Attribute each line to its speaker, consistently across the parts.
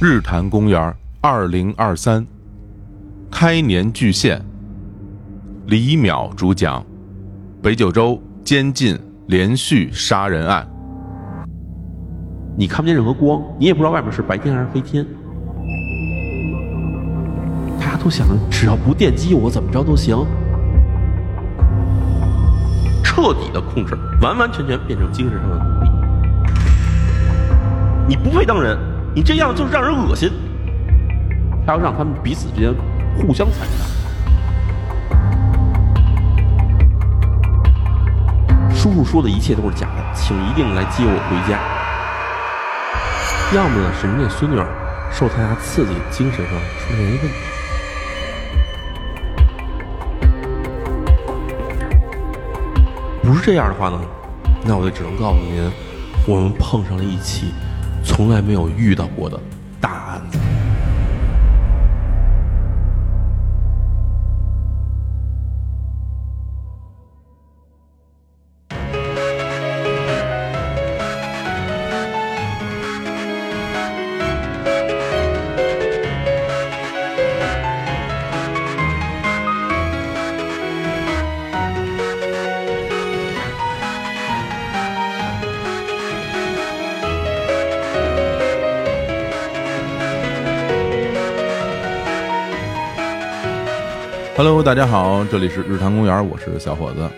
Speaker 1: 日坛公园二零二三开年巨献，李淼主讲，北九州监禁连续杀人案。
Speaker 2: 你看不见任何光，你也不知道外面是白天还是黑天。大家都想，只要不电击我，怎么着都行。彻底的控制，完完全全变成精神上的奴隶。你不配当人，你这样就是让人恶心。他要让他们彼此之间互相残杀。叔叔说的一切都是假的，请一定来接我回家。要么呢是人家孙女儿受太大刺激，精神上出现一问题。不是这样的话呢，那我就只能告诉您，我们碰上了一起从来没有遇到过的大案子。
Speaker 1: Hello，大家好，这里是日坛公园，我是小伙子。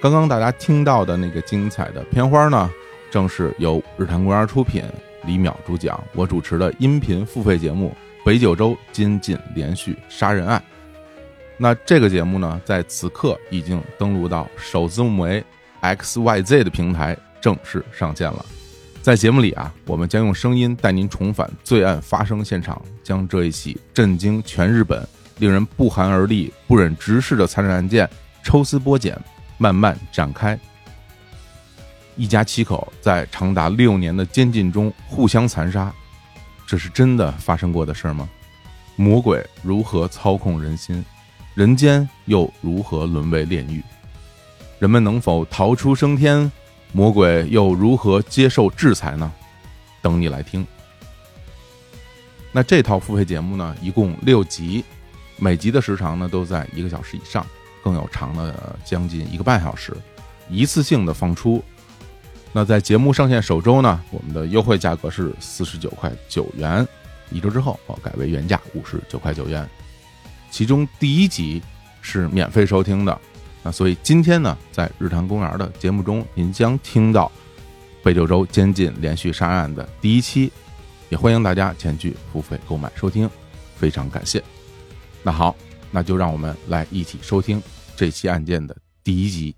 Speaker 1: 刚刚大家听到的那个精彩的片花呢，正是由日坛公园出品，李淼主讲，我主持的音频付费节目《北九州监禁连续杀人案》。那这个节目呢，在此刻已经登录到首字母为 XYZ 的平台正式上线了。在节目里啊，我们将用声音带您重返罪案发生现场，将这一起震惊全日本、令人不寒而栗、不忍直视的残忍案件抽丝剥茧，慢慢展开。一家七口在长达六年的监禁中互相残杀，这是真的发生过的事儿吗？魔鬼如何操控人心？人间又如何沦为炼狱？人们能否逃出升天？魔鬼又如何接受制裁呢？等你来听。那这套付费节目呢，一共六集，每集的时长呢都在一个小时以上，更有长的呃将近一个半小时，一次性的放出。那在节目上线首周呢，我们的优惠价格是四十九块九元，一周之后哦改为原价五十九块九元。其中第一集是免费收听的。那所以今天呢，在日坛公园的节目中，您将听到北九州监禁连续杀人案的第一期，也欢迎大家前去付费购买收听，非常感谢。那好，那就让我们来一起收听这期案件的第一集。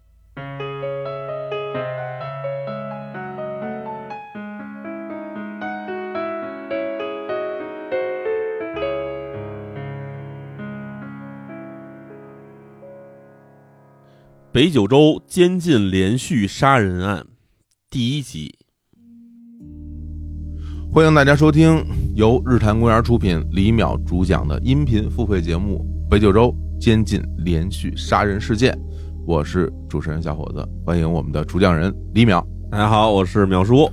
Speaker 2: 北九州监禁连续杀人案第一集，
Speaker 1: 欢迎大家收听由日坛公园出品、李淼主讲的音频付费节目《北九州监禁连续杀人事件》，我是主持人小伙子，欢迎我们的主讲人李淼。
Speaker 2: 大家好，我是淼叔。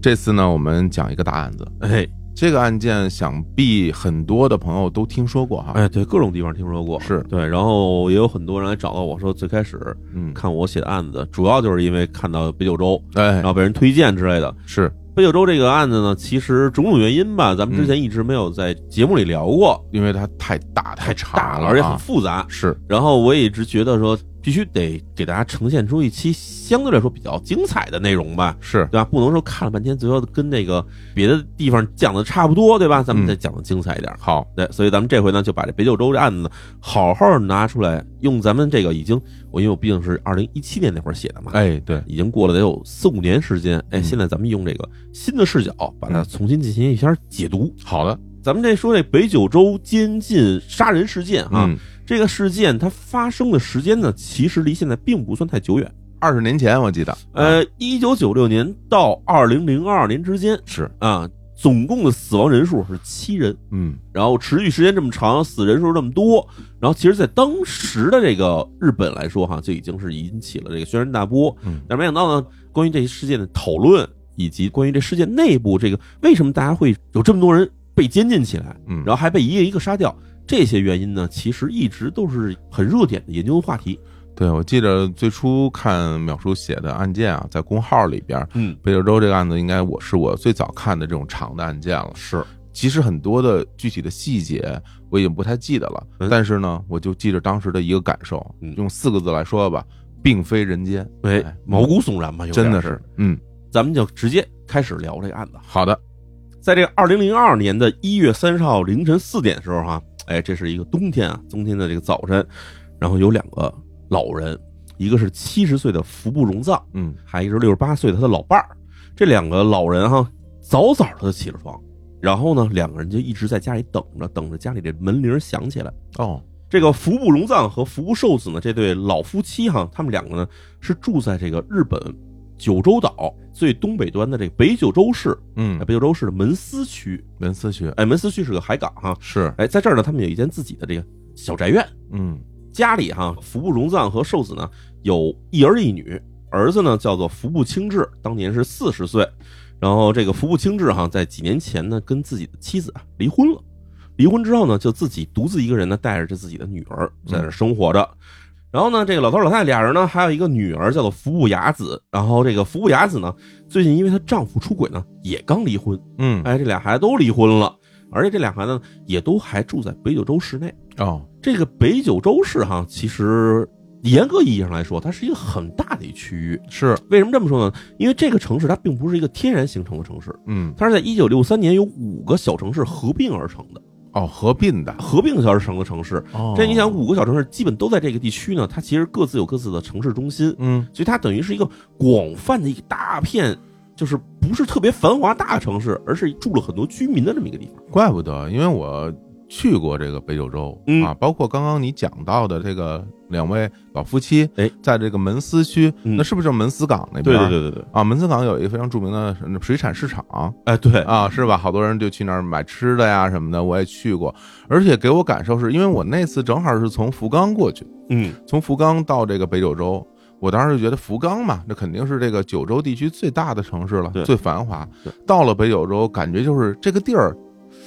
Speaker 1: 这次呢，我们讲一个大案子，
Speaker 2: 哎
Speaker 1: 这个案件想必很多的朋友都听说过哈。
Speaker 2: 哎，对，各种地方听说过，
Speaker 1: 是
Speaker 2: 对。然后也有很多人来找到我说，最开始
Speaker 1: 嗯，
Speaker 2: 看我写的案子，主要就是因为看到北九州，
Speaker 1: 哎
Speaker 2: 然，后被人推荐之类的。
Speaker 1: 是
Speaker 2: 北九州这个案子呢，其实种种原因吧，咱们之前一直没有在节目里聊过，
Speaker 1: 因为它太大太
Speaker 2: 大
Speaker 1: 长
Speaker 2: 了，
Speaker 1: 了，啊
Speaker 2: 而且很复杂。
Speaker 1: 是
Speaker 2: 然后我也一直觉得说，必须得给大家呈现出一期相对来说比较精彩的内容吧。
Speaker 1: 是，
Speaker 2: 对吧？不能说看了半天，最后跟那个别的地方讲的差不多，对吧？咱
Speaker 1: 嗯
Speaker 2: 们再讲的精彩一点。
Speaker 1: 好，
Speaker 2: 对，所以咱们这回呢，就把这北九州这案子呢好好拿出来，用咱们这个已经，我因为我毕竟是二零一七年那会儿写的嘛，
Speaker 1: 哎，对，
Speaker 2: 已经过了得有四五年时间。哎，
Speaker 1: 嗯
Speaker 2: 现在咱们用这个新的视角，把它重新进行一下解读。
Speaker 1: 好的，
Speaker 2: 咱们这说这北九州监禁杀人事件啊，
Speaker 1: 嗯，
Speaker 2: 这个事件它发生的时间呢，其实离现在并不算太久远，
Speaker 1: 二十年前我记得，啊
Speaker 2: 呃，一九九六年到二零零二年之间。
Speaker 1: 是，
Speaker 2: 啊，总共的死亡人数是七人，
Speaker 1: 嗯，
Speaker 2: 然后持续时间这么长，死人数这么多，然后其实，在当时的这个日本来说，哈，就已经是引起了这个轩然大波。
Speaker 1: 嗯
Speaker 2: 但是没想到呢，关于这一事件的讨论以及关于这世界内部这个为什么大家会有这么多人被监禁起来，
Speaker 1: 嗯，
Speaker 2: 然后还被一个一个杀掉，这些原因呢，其实一直都是很热点的研究话题。
Speaker 1: 对我记得最初看淼叔写的案件啊，在公号里边，
Speaker 2: 嗯，
Speaker 1: 北九州这个案子应该我是我最早看的这种长的案件了。
Speaker 2: 是，
Speaker 1: 其实很多的具体的细节我已经不太记得了，
Speaker 2: 嗯
Speaker 1: 但是呢，我就记着当时的一个感受，
Speaker 2: 嗯
Speaker 1: 用四个字来说吧，并非人间，
Speaker 2: 哎
Speaker 1: 哎，
Speaker 2: 毛骨悚然吧，有点
Speaker 1: 真的
Speaker 2: 是
Speaker 1: 是。，嗯，
Speaker 2: 咱们就直接开始聊这个案子。
Speaker 1: 好的，
Speaker 2: 在这个二零零二年的一月三十号凌晨四点的时候哈、哎，这是一个冬天啊，冬天的这个早晨，然后有两个老人，一个是七十岁的服部荣藏，
Speaker 1: 嗯
Speaker 2: 还有一个是六十八岁的他的老伴儿。这两个老人哈、早早的就起了床，然后呢，两个人就一直在家里等着，等着家里这门铃响起来。
Speaker 1: 哦，
Speaker 2: 这个服部荣藏和服部寿子呢，这对老夫妻哈，他们两个呢是住在这个日本九州岛最东北端的这个北九州市，
Speaker 1: 嗯
Speaker 2: 哎，北九州市的门司区。
Speaker 1: 文思学
Speaker 2: 哎，门司区是个海港哈，
Speaker 1: 是，
Speaker 2: 哎，在这儿呢，他们有一间自己的这个小宅院，
Speaker 1: 嗯
Speaker 2: 家里哈，服部荣藏和寿子呢有一儿一女，儿子呢叫做服部清志，当年是四十岁，然后这个服部清志哈，在几年前呢跟自己的妻子啊离婚了，离婚之后呢，就自己独自一个人呢带着这自己的女儿在这儿生活着。然后呢，这个老头老太太俩人呢，还有一个女儿叫做服部雅子。然后这个服部雅子呢，最近因为她丈夫出轨呢，也刚离婚，
Speaker 1: 嗯
Speaker 2: 哎，这俩孩子都离婚了，而且这俩孩子呢也都还住在北九州市内。
Speaker 1: 哦，
Speaker 2: 这个北九州市哈，其实严格意义上来说，它是一个很大的一区域。
Speaker 1: 是，
Speaker 2: 为什么这么说呢？因为这个城市它并不是一个天然形成的城市，
Speaker 1: 嗯
Speaker 2: 它是在一九六三年由五个小城市合并而成的，
Speaker 1: 哦，合并的，
Speaker 2: 合并而成的城市。
Speaker 1: 哦，
Speaker 2: 这你想，五个小城市基本都在这个地区呢，它其实各自有各自的城市中心，
Speaker 1: 嗯
Speaker 2: 所以它等于是一个广泛的一大片，就是不是特别繁华大城市，而是住了很多居民的这么一个地方。
Speaker 1: 怪不得，因为我去过这个北九州、
Speaker 2: 嗯
Speaker 1: 啊，包括刚刚你讲到的这个两位老夫妻，
Speaker 2: 哎，
Speaker 1: 在这个门司区，
Speaker 2: 嗯
Speaker 1: 那是不是就是门司港那边？对。
Speaker 2: 对对对，
Speaker 1: 啊，门司港有一个非常著名的呃水产市场
Speaker 2: 哎对，
Speaker 1: 啊，是吧？好多人就去那儿买吃的呀什么的，我也去过。而且给我感受是因为我那次正好是从福冈过去，
Speaker 2: 嗯
Speaker 1: 从福冈到这个北九州，我当时就觉得福冈嘛，那肯定是这个九州地区最大的城市了
Speaker 2: 对，
Speaker 1: 最繁华
Speaker 2: 对。
Speaker 1: 到了北九州，感觉就是这个地儿，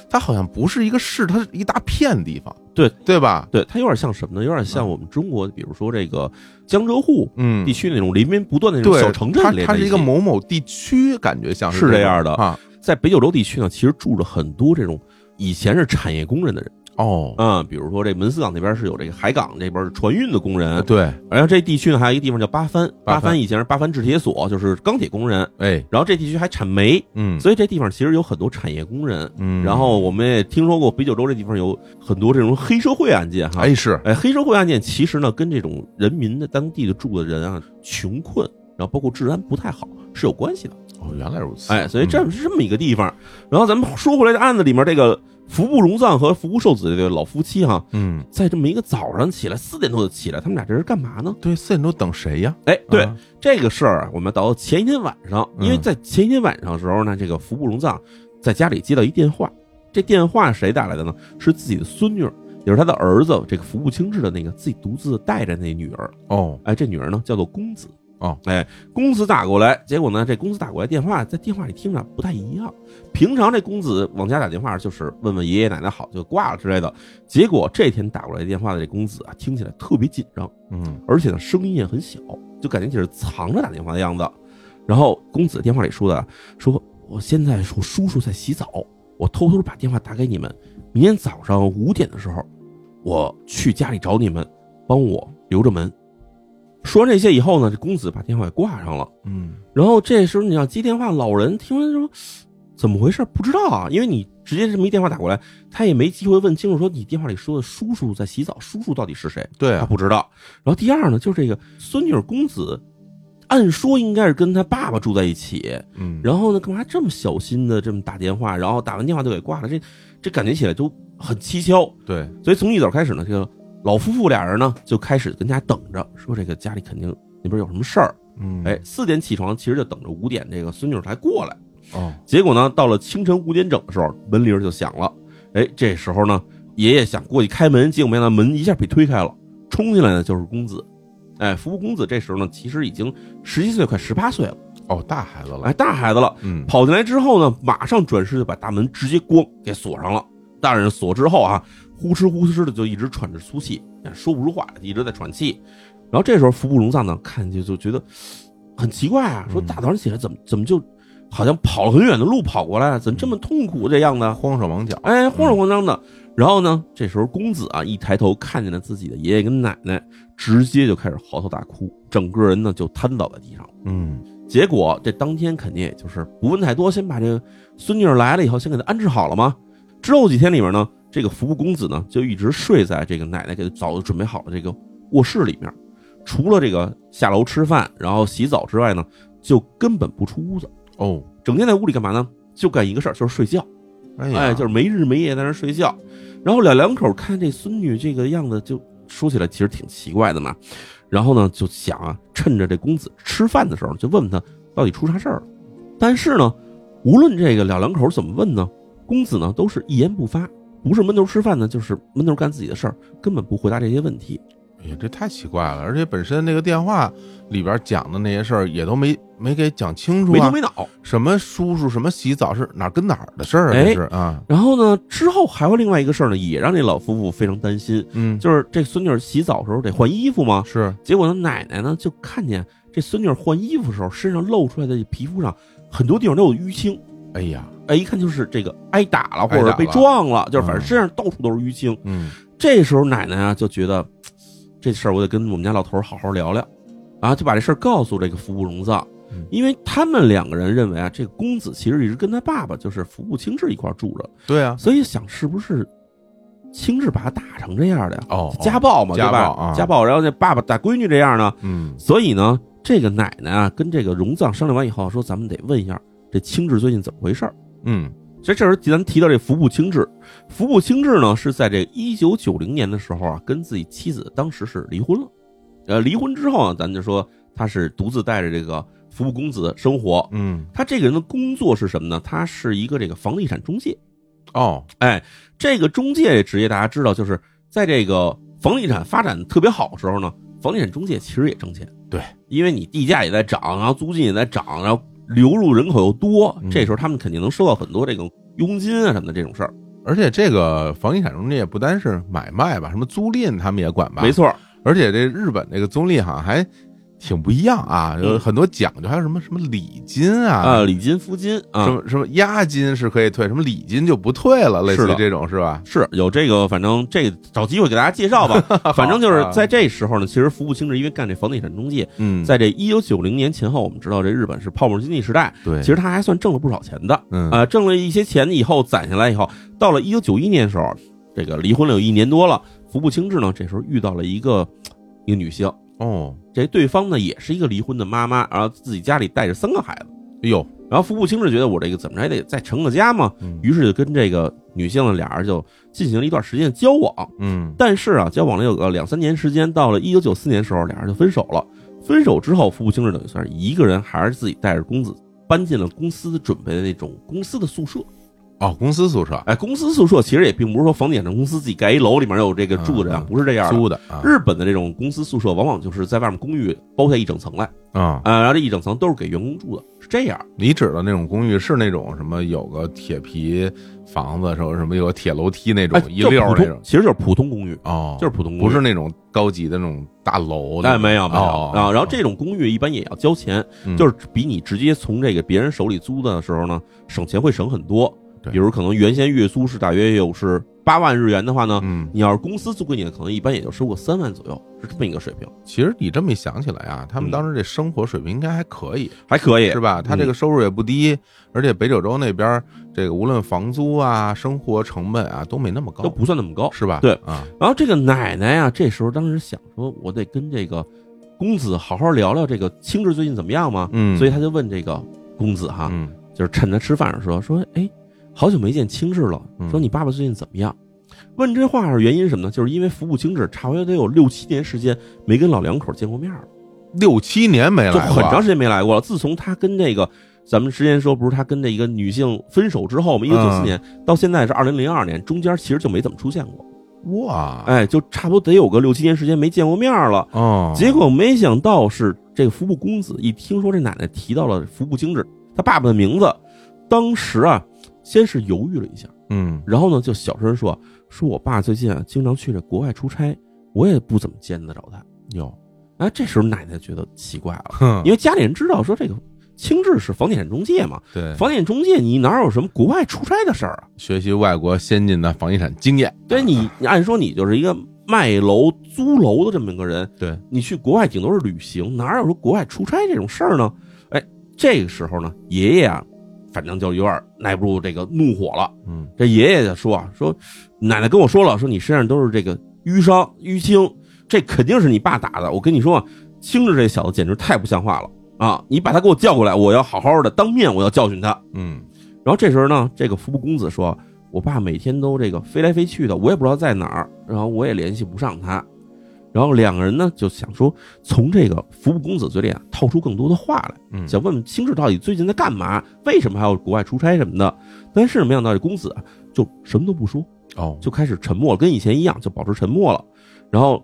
Speaker 1: 它好像不是一个市，它是一大片地方，
Speaker 2: 对
Speaker 1: 对吧？
Speaker 2: 对，它有点像什么呢？有点像我们中国，比如说这个江浙沪
Speaker 1: 嗯
Speaker 2: 地，区那种连绵不断的那种
Speaker 1: 对，
Speaker 2: 小城镇
Speaker 1: 它
Speaker 2: 连在
Speaker 1: 它是
Speaker 2: 一
Speaker 1: 一个
Speaker 2: 起
Speaker 1: 某某地区，感觉像
Speaker 2: 是
Speaker 1: 这
Speaker 2: 这
Speaker 1: 种
Speaker 2: 样的
Speaker 1: 啊。
Speaker 2: 在北九州地区呢，其实住着很多这种以前是产业工人的人
Speaker 1: 哦，
Speaker 2: 啊、比如说这门司港那边是有这个海港这边是船运的工人，
Speaker 1: 对，
Speaker 2: 然后这地区呢还有一个地方叫八幡，
Speaker 1: 八
Speaker 2: 八
Speaker 1: 幡
Speaker 2: 幡以前是八幡制铁所，就是钢铁工人，
Speaker 1: 哎，
Speaker 2: 然后这地区还产煤，
Speaker 1: 嗯
Speaker 2: 所以这地方其实有很多产业工人。
Speaker 1: 嗯，
Speaker 2: 然后我们也听说过北九州这地方有很多这种黑社会案件哈，
Speaker 1: 哎是，
Speaker 2: 哎，黑社会案件其实呢，跟这种人民的当地的住的人啊，穷困，然后包括治安不太好是有关系的。
Speaker 1: 哦，原来如此，
Speaker 2: 哎，所以
Speaker 1: 嗯
Speaker 2: 这是这么一个地方。然后咱们说回来，这案子里面这个服部荣藏和服部寿子这个老夫妻哈、
Speaker 1: 嗯，
Speaker 2: 在这么一个早上起来四点多就起来，他们俩这是干嘛呢？
Speaker 1: 对，四点多等谁呀？
Speaker 2: 哎，对、
Speaker 1: 啊
Speaker 2: 这个事儿啊，我们到前一天晚上，因为
Speaker 1: 嗯
Speaker 2: 在前一天晚上的时候呢，这个服部荣藏在家里接到一电话，这电话谁打来的呢？是自己的孙女儿，也是他的儿子，这个服部清志的那个自己独自带着那女儿。
Speaker 1: 哦，
Speaker 2: 哎，这女儿呢叫做公子
Speaker 1: 哦，
Speaker 2: 哎，公子打过来，结果呢，这公子打过来电话，在电话里听着不太一样。平常这公子往家打电话就是问问爷爷奶奶好就挂了之类的，结果这天打过来电话的这公子啊，听起来特别紧张，
Speaker 1: 嗯，
Speaker 2: 而且呢声音也很小，就感觉就是藏着打电话的样子。然后公子电话里说的，说我现在我叔叔在洗澡，我偷偷把电话打给你们，明天早上五点的时候，我去家里找你们，帮我留着门。说完这些以后呢，这公子把电话给挂上了。
Speaker 1: 嗯，
Speaker 2: 然后这时候你要接电话，老人听完说怎么回事不知道啊，因为你直接这么一电话打过来，他也没机会问清楚说你电话里说的叔叔在洗澡，叔叔到底是谁？
Speaker 1: 对
Speaker 2: 他
Speaker 1: 啊，
Speaker 2: 不知道。然后第二呢，就是这个孙女儿公子，按说应该是跟他爸爸住在一起，
Speaker 1: 嗯，
Speaker 2: 然后呢，干嘛这么小心的这么打电话？然后打完电话就给挂了，这这感觉起来就很蹊跷。
Speaker 1: 对，
Speaker 2: 所以从一早开始呢，这个老夫妇俩人呢就开始跟家等着，说这个家里肯定那边有什么事儿。
Speaker 1: 嗯，
Speaker 2: 哎，，四点起床，其实就等着五点这个孙女儿才过来。
Speaker 1: 哦，
Speaker 2: 结果呢，到了清晨五点整的时候，门铃儿就响了。哎，这时候呢，爷爷想过去开门，结果没想到门一下被推开了，冲进来的就是公子。哎，服部公子这时候呢，其实已经十七岁，快十八岁了。
Speaker 1: 哦，大孩子了，
Speaker 2: 哎，大孩子了，
Speaker 1: 嗯，
Speaker 2: 跑进来之后呢，马上转身就把大门直接咣给锁上了。大人锁之后啊，呼哧呼哧的就一直喘着粗气，说不出话，一直在喘气。然后这时候服部荣藏呢，看见就觉得很奇怪啊，说
Speaker 1: 嗯
Speaker 2: 大早上起来怎么怎么就好像跑了很远的路跑过来，啊怎么这么痛苦这样呢？
Speaker 1: 慌手忙脚，
Speaker 2: 哎，慌手慌张的。然后呢，这时候公子啊一抬头看见了自己的爷爷跟奶奶，直接就开始嚎啕大哭，整个人呢就瘫倒在地上。
Speaker 1: 嗯
Speaker 2: 结果这当天肯定也就是不问太多，先把这个孙女儿来了以后，先给她安置好了嘛。之后几天里面呢，这个服部公子呢就一直睡在这个奶奶给早就准备好的这个卧室里面，除了这个下楼吃饭，然后洗澡之外呢，就根本不出屋子，
Speaker 1: 哦，
Speaker 2: 整天在屋里干嘛呢？就干一个事儿，就是睡觉。
Speaker 1: 哎
Speaker 2: 哎，就是是没日没夜在那儿睡觉。然后老两口看这孙女这个样子，就说起来其实挺奇怪的嘛。然后呢，就想啊，趁着这公子吃饭的时候，就问问他到底出啥事儿了。但是呢，无论这个老两口怎么问呢，公子呢都是一言不发，不是闷头吃饭呢，就是闷头干自己的事儿，根本不回答这些问题。
Speaker 1: 哎呀，这太奇怪了，而且本身那个电话里边讲的那些事儿也都没没给讲清楚
Speaker 2: 没头
Speaker 1: 啊，
Speaker 2: 没脑。
Speaker 1: 什么叔叔什么洗澡是哪儿跟哪儿的事儿啊，
Speaker 2: 哎
Speaker 1: 这是啊，
Speaker 2: 然后呢，之后还有另外一个事儿呢，也让这老夫妇非常担心，
Speaker 1: 嗯，
Speaker 2: 就是这孙女儿洗澡的时候得换衣服吗？
Speaker 1: 是
Speaker 2: 结果呢，奶奶呢就看见这孙女儿换衣服的时候，身上露出来的皮肤上很多地方都有淤青，
Speaker 1: 哎呀，
Speaker 2: 哎，一看就是这个挨打了
Speaker 1: 挨打
Speaker 2: 或者
Speaker 1: 了
Speaker 2: 被撞了，就是反正
Speaker 1: 嗯
Speaker 2: 身上到处都是淤青。
Speaker 1: 嗯
Speaker 2: 这时候奶奶啊就觉得嘖这事儿我得跟我们家老头儿好好聊聊，啊，就把这事儿告诉这个服部荣藏
Speaker 1: 嗯，
Speaker 2: 因为他们两个人认为啊，这个公子其实一直跟他爸爸就是服部清志一块儿住着，
Speaker 1: 对啊，
Speaker 2: 所以想是不是清志把他打成这样的呀？
Speaker 1: 哦，
Speaker 2: 家暴嘛，
Speaker 1: 家
Speaker 2: 对吧？
Speaker 1: 暴啊
Speaker 2: 家暴，然后这爸爸打闺女这样呢，
Speaker 1: 嗯
Speaker 2: 所以呢，这个奶奶啊，跟这个荣藏商量完以后，说咱们得问一下这清志最近怎么回事儿。
Speaker 1: 嗯
Speaker 2: 其实这时候咱提到这服部清志，服部清志呢是在这一九九零年的时候啊，跟自己妻子当时是离婚了。呃，离婚之后啊，咱就说他是独自带着这个服部公子生活。
Speaker 1: 嗯，
Speaker 2: 他这个人的工作是什么呢？他是一个这个房地产中介。
Speaker 1: 哦，
Speaker 2: 哎，这个中介这职业大家知道，就是在这个房地产发展得特别好的时候呢，房地产中介其实也挣钱。
Speaker 1: 对，
Speaker 2: 因为你地价也在涨，然后租金也在涨，然后流入人口又多
Speaker 1: 嗯，
Speaker 2: 这时候他们肯定能收到很多这种佣金啊什么的这种事儿。
Speaker 1: 而且这个房地产中介不单是买卖吧，什么租赁他们也管吧，
Speaker 2: 没错，啊
Speaker 1: 而且这日本这个综艺好像还挺不一样啊，有
Speaker 2: 嗯
Speaker 1: 很多讲究，还有什么什么礼金啊，
Speaker 2: 啊，礼金、夫金啊，
Speaker 1: 什么什么押金是可以退，什么礼金就不退了，类似
Speaker 2: 是
Speaker 1: 于
Speaker 2: 的
Speaker 1: 这种是吧？
Speaker 2: 是有这个，反正这个找机会给大家介绍 吧。反正就是在这时候呢，其实服务清志因为干这房地产中介，
Speaker 1: 啊嗯，
Speaker 2: 在这一九九零年前后，我们知道这日本是泡沫经济时代，
Speaker 1: 对，
Speaker 2: 其实他还算挣了不少钱的。
Speaker 1: 嗯
Speaker 2: 啊，挣了一些钱以后攒下来以后，到了一九九一年的时候，这个离婚了有一年多了，服部清志呢这时候遇到了一个一个女性，
Speaker 1: 哦，
Speaker 2: 这对方呢也是一个离婚的妈妈，然后自己家里带着三个孩子，
Speaker 1: 哎呦，
Speaker 2: 然后服部清志觉得我这个怎么着也得再成个家嘛，
Speaker 1: 嗯
Speaker 2: 于是就跟这个女性呢俩人就进行了一段时间的交往，
Speaker 1: 嗯
Speaker 2: 但是啊，交往了有个两三年时间，到了一九九四年的时候，俩人就分手了。分手之后，服部清志等于算是一个人，还是自己带着公子搬进了公司准备的那种公司的宿舍。
Speaker 1: 哦，公司宿舍
Speaker 2: 哎，公司宿舍其实也并不是说房地产公司自己盖一楼里面有这个住着
Speaker 1: 嗯
Speaker 2: 呀，不是这样的。
Speaker 1: 租的啊
Speaker 2: 日本的这种公司宿舍，往往就是在外面公寓包下一整层来
Speaker 1: 啊，
Speaker 2: 啊，然后这一整层都是给员工住的，是这样。
Speaker 1: 你指的那种公寓是那种什么有个铁皮房子，什么什么有个铁楼梯那种
Speaker 2: 哎，
Speaker 1: 一溜儿
Speaker 2: 就
Speaker 1: 那种
Speaker 2: 是普通，其实就是普通公寓，
Speaker 1: 哦，
Speaker 2: 就是普通公
Speaker 1: 不
Speaker 2: 寓，
Speaker 1: 是那种高级的那种大楼那种，
Speaker 2: 哎，没有没有
Speaker 1: 哦
Speaker 2: 啊。然后这种公寓一般也要交钱，
Speaker 1: 嗯
Speaker 2: 就是比你直接从这个别人手里租的时候呢，省钱会省很多。
Speaker 1: 对
Speaker 2: 比如可能原先月租是大约有是八万日元的话呢，
Speaker 1: 嗯，
Speaker 2: 你要是公司租给你的，可能一般也就收个三万左右，是这么一个水平，
Speaker 1: 其实你这么一想起来啊，他
Speaker 2: 嗯
Speaker 1: 们当时这生活水平应该还可以，
Speaker 2: 还可以
Speaker 1: 是吧？他这个收入也不低，而且北九州那边儿这个无论房租啊、生活成本啊都没那么
Speaker 2: 都
Speaker 1: 高，
Speaker 2: 不算那么高。
Speaker 1: 是吧？
Speaker 2: 对
Speaker 1: 啊，
Speaker 2: 然后这个奶奶呀、这时候当时想说，我得跟这个公子好好聊聊这个清志最近怎么样嘛。
Speaker 1: 嗯
Speaker 2: 所以他就问这个公子哈，
Speaker 1: 嗯
Speaker 2: 就是趁他吃饭的时候说，哎，好久没见清志了
Speaker 1: 嗯，
Speaker 2: 说你爸爸最近怎么样？问这话的原因是什么呢？就是因为服部清志差不多得有六七年时间没跟老两口见过面了，
Speaker 1: 六七年没来
Speaker 2: 就
Speaker 1: 过，
Speaker 2: 很长时间没来过了。自从他跟这个咱们之前说不是他跟这一个女性分手之后嘛，一九九四
Speaker 1: 嗯
Speaker 2: 年到现在是二零零二年，中间其实就没怎么出现过。
Speaker 1: 哇，
Speaker 2: 哎哎，就差不多得有个六七年时间没见过面了。
Speaker 1: 啊哦，
Speaker 2: 结果没想到是这个服部公子一听说这奶奶提到了服部精致，他爸爸的名字，当时啊，先是犹豫了一下，
Speaker 1: 嗯
Speaker 2: 然后呢，就小声说：“说我爸最近啊，经常去这国外出差，我也不怎么见得着他。”有，哎，这时候奶奶觉得奇怪了，
Speaker 1: 哼，
Speaker 2: 因为家里人知道说这个清志是房地产中介嘛，
Speaker 1: 对，
Speaker 2: 房地产中介你哪有什么国外出差的事儿啊？
Speaker 1: 学习外国先进的房地产经验，啊
Speaker 2: 对你，你按说你就是一个卖楼、租楼的这么一个人，
Speaker 1: 对，
Speaker 2: 你去国外顶多是旅行，哪有说国外出差这种事儿呢？哎，这个时候呢，爷爷啊，反正就有点耐不住这个怒火了。
Speaker 1: 嗯
Speaker 2: 这爷爷就说啊，说奶奶跟我说了，说你身上都是这个淤伤、淤青，这肯定是你爸打的。我跟你说啊，青着这小子简直太不像话了啊！你把他给我叫过来，我要好好的当面，我要教训他。
Speaker 1: 嗯
Speaker 2: 然后这时候呢，这个服部公子说：“我爸每天都这个飞来飞去的，我也不知道在哪儿，然后我也联系不上他。”然后两个人呢就想说，从这个服部公子嘴里啊套出更多的话来，
Speaker 1: 嗯，
Speaker 2: 想问问清志到底最近在干嘛，为什么还要国外出差什么的。但是没想到这公子啊就什么都不说，
Speaker 1: 哦，
Speaker 2: 就开始沉默了，跟以前一样就保持沉默了。然后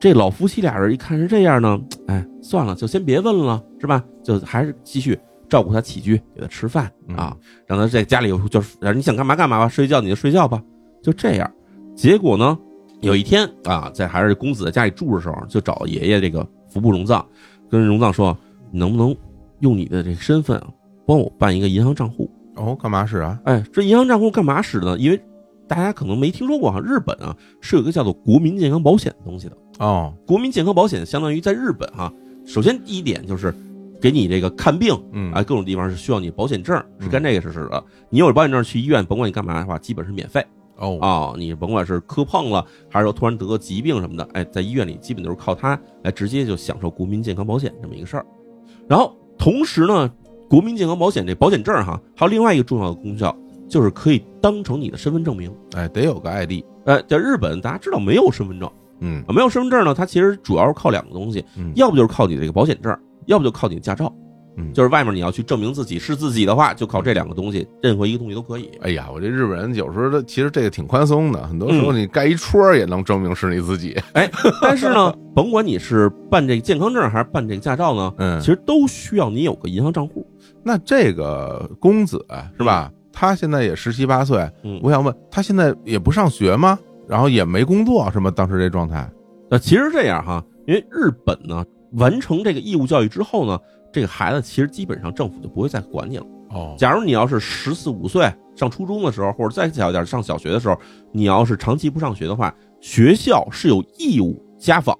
Speaker 2: 这老夫妻俩人一看是这样呢，哎，算了，就先别问了，是吧？就还是继续照顾他起居，给他吃饭
Speaker 1: 嗯
Speaker 2: 啊，让他在家里有就是让你想干嘛干嘛吧，睡觉你就睡觉吧，就这样。结果呢，有一天啊，在还是公子在家里住的时候，就找爷爷这个服部荣藏，跟荣藏说，你能不能用你的这个身份啊帮我办一个银行账户？
Speaker 1: 哦，干嘛使啊？
Speaker 2: 哎，这银行账户干嘛使的呢？因为大家可能没听说过啊，日本啊是有一个叫做国民健康保险的东西的。
Speaker 1: 哦，
Speaker 2: 国民健康保险相当于在日本哈、首先第一点就是给你这个看病
Speaker 1: 嗯
Speaker 2: 啊，各种地方是需要你保险证，是
Speaker 1: 嗯
Speaker 2: 干这个事使的。你有保险证去医院，甭管你干嘛的话，基本是免费
Speaker 1: 哦
Speaker 2: 啊、你甭管是磕碰了，还是说突然得个疾病什么的，哎，在医院里基本都是靠它来直接就享受国民健康保险这么一个事儿。然后同时呢，国民健康保险这保险证哈，还有另外一个重要的功效，就是可以当成你的身份证明。
Speaker 1: 哎，得有个 ID，
Speaker 2: 哎，在日本大家知道没有身份证。
Speaker 1: 嗯
Speaker 2: 啊，没有身份证呢，它其实主要是靠两个东西，
Speaker 1: 嗯
Speaker 2: 要不就是靠你这个保险证，要不就靠你的驾照。
Speaker 1: 嗯
Speaker 2: 就是外面你要去证明自己是自己的话，就靠这两个东西，任何一个东西都可以。
Speaker 1: 哎呀，我这日本人有时候他其实这个挺宽松的，很多时
Speaker 2: 嗯
Speaker 1: 候你盖一戳儿也能证明是你自己。
Speaker 2: 哎 但是呢，甭管你是办这个健康证还是办这个驾照呢，
Speaker 1: 嗯
Speaker 2: 其，实都需要你有个银行账户。
Speaker 1: 那这个公子啊是吧？他现在也十七八岁，
Speaker 2: 嗯
Speaker 1: 我想问他现在也不上学吗？然后也没工作是吗？当时这状态，
Speaker 2: 那呃其实这样哈，因为日本呢完成这个义务教育之后呢，这个孩子其实基本上政府就不会再管你了。
Speaker 1: 哦，
Speaker 2: 假如你要是十四五岁上初中的时候，或者再小一点上小学的时候，你要是长期不上学的话，学校是有义务家访，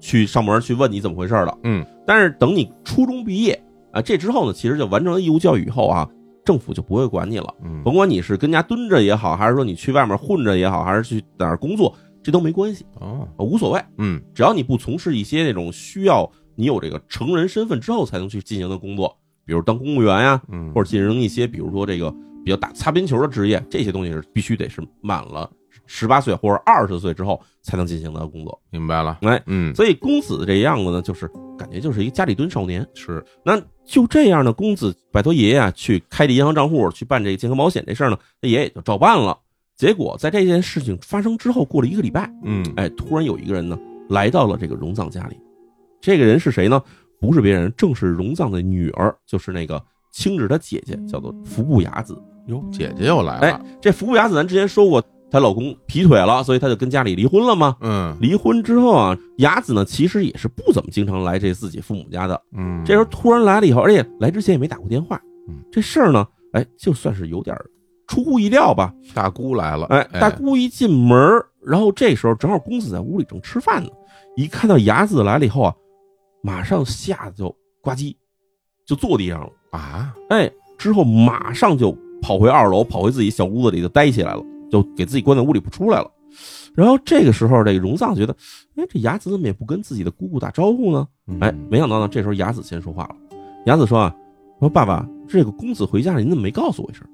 Speaker 2: 去上门去问你怎么回事儿的。
Speaker 1: 嗯，
Speaker 2: 但是等你初中毕业啊，这之后呢，其实就完成了义务教育以后啊，政府就不会管你了，
Speaker 1: 嗯，
Speaker 2: 甭管你是跟家蹲着也好，还是说你去外面混着也好，还是去哪儿工作，这都没关系，
Speaker 1: 哦，
Speaker 2: 啊无所谓。
Speaker 1: 嗯
Speaker 2: 只要你不从事一些那种需要你有这个成人身份之后才能去进行的工作，比如当公务员呀、
Speaker 1: 嗯，
Speaker 2: 或
Speaker 1: 者
Speaker 2: 者进行一些比如说这个比较打擦边球的职业，这些东西是必须得是满了十八岁或者二十岁之后才能进行的工作。
Speaker 1: 明白了，
Speaker 2: 哎，
Speaker 1: 嗯，
Speaker 2: 所以公子这样子呢，就是感觉就是一个家里蹲少年。
Speaker 1: 是，
Speaker 2: 那就这样呢，公子拜托爷爷啊去开这银行账户，去办这个健康保险这事儿呢，那爷爷也就照办了。结果在这件事情发生之后，过了一个礼拜，
Speaker 1: 嗯，
Speaker 2: 哎，突然有一个人呢来到了这个荣藏家里。这个人是谁呢？不是别人，正是荣藏的女儿，就是那个清志他姐姐，叫做服部雅子。
Speaker 1: 哟，姐姐又来了，
Speaker 2: 哎这服部雅子，咱之前说过，她老公劈腿了，所以她就跟家里离婚了嘛。
Speaker 1: 嗯
Speaker 2: 离婚之后啊，雅子呢其实也是不怎么经常来这自己父母家的。
Speaker 1: 嗯，
Speaker 2: 这时候突然来了以后，而且来之前也没打过电话
Speaker 1: 嗯。
Speaker 2: 这事儿呢，哎，就算是有点儿出乎意料吧。
Speaker 1: 大姑来了，
Speaker 2: 哎，大姑一进门儿，然后这时候正好公子在屋里正吃饭呢，一看到雅子来了以后啊，马上吓得就呱唧，就坐地上了。
Speaker 1: 啊，
Speaker 2: 哎，之后马上就跑回二楼，跑回自己小屋子里就待起来了，就给自己关在屋里不出来了。然后这个时候，这个荣藏觉得，哎，这雅子怎么也不跟自己的姑姑打招呼呢？
Speaker 1: 嗯
Speaker 2: 哎，没想到呢，这时候雅子先说话了。雅子说啊，说爸爸，这个公子回家了，您怎么没告诉我一声？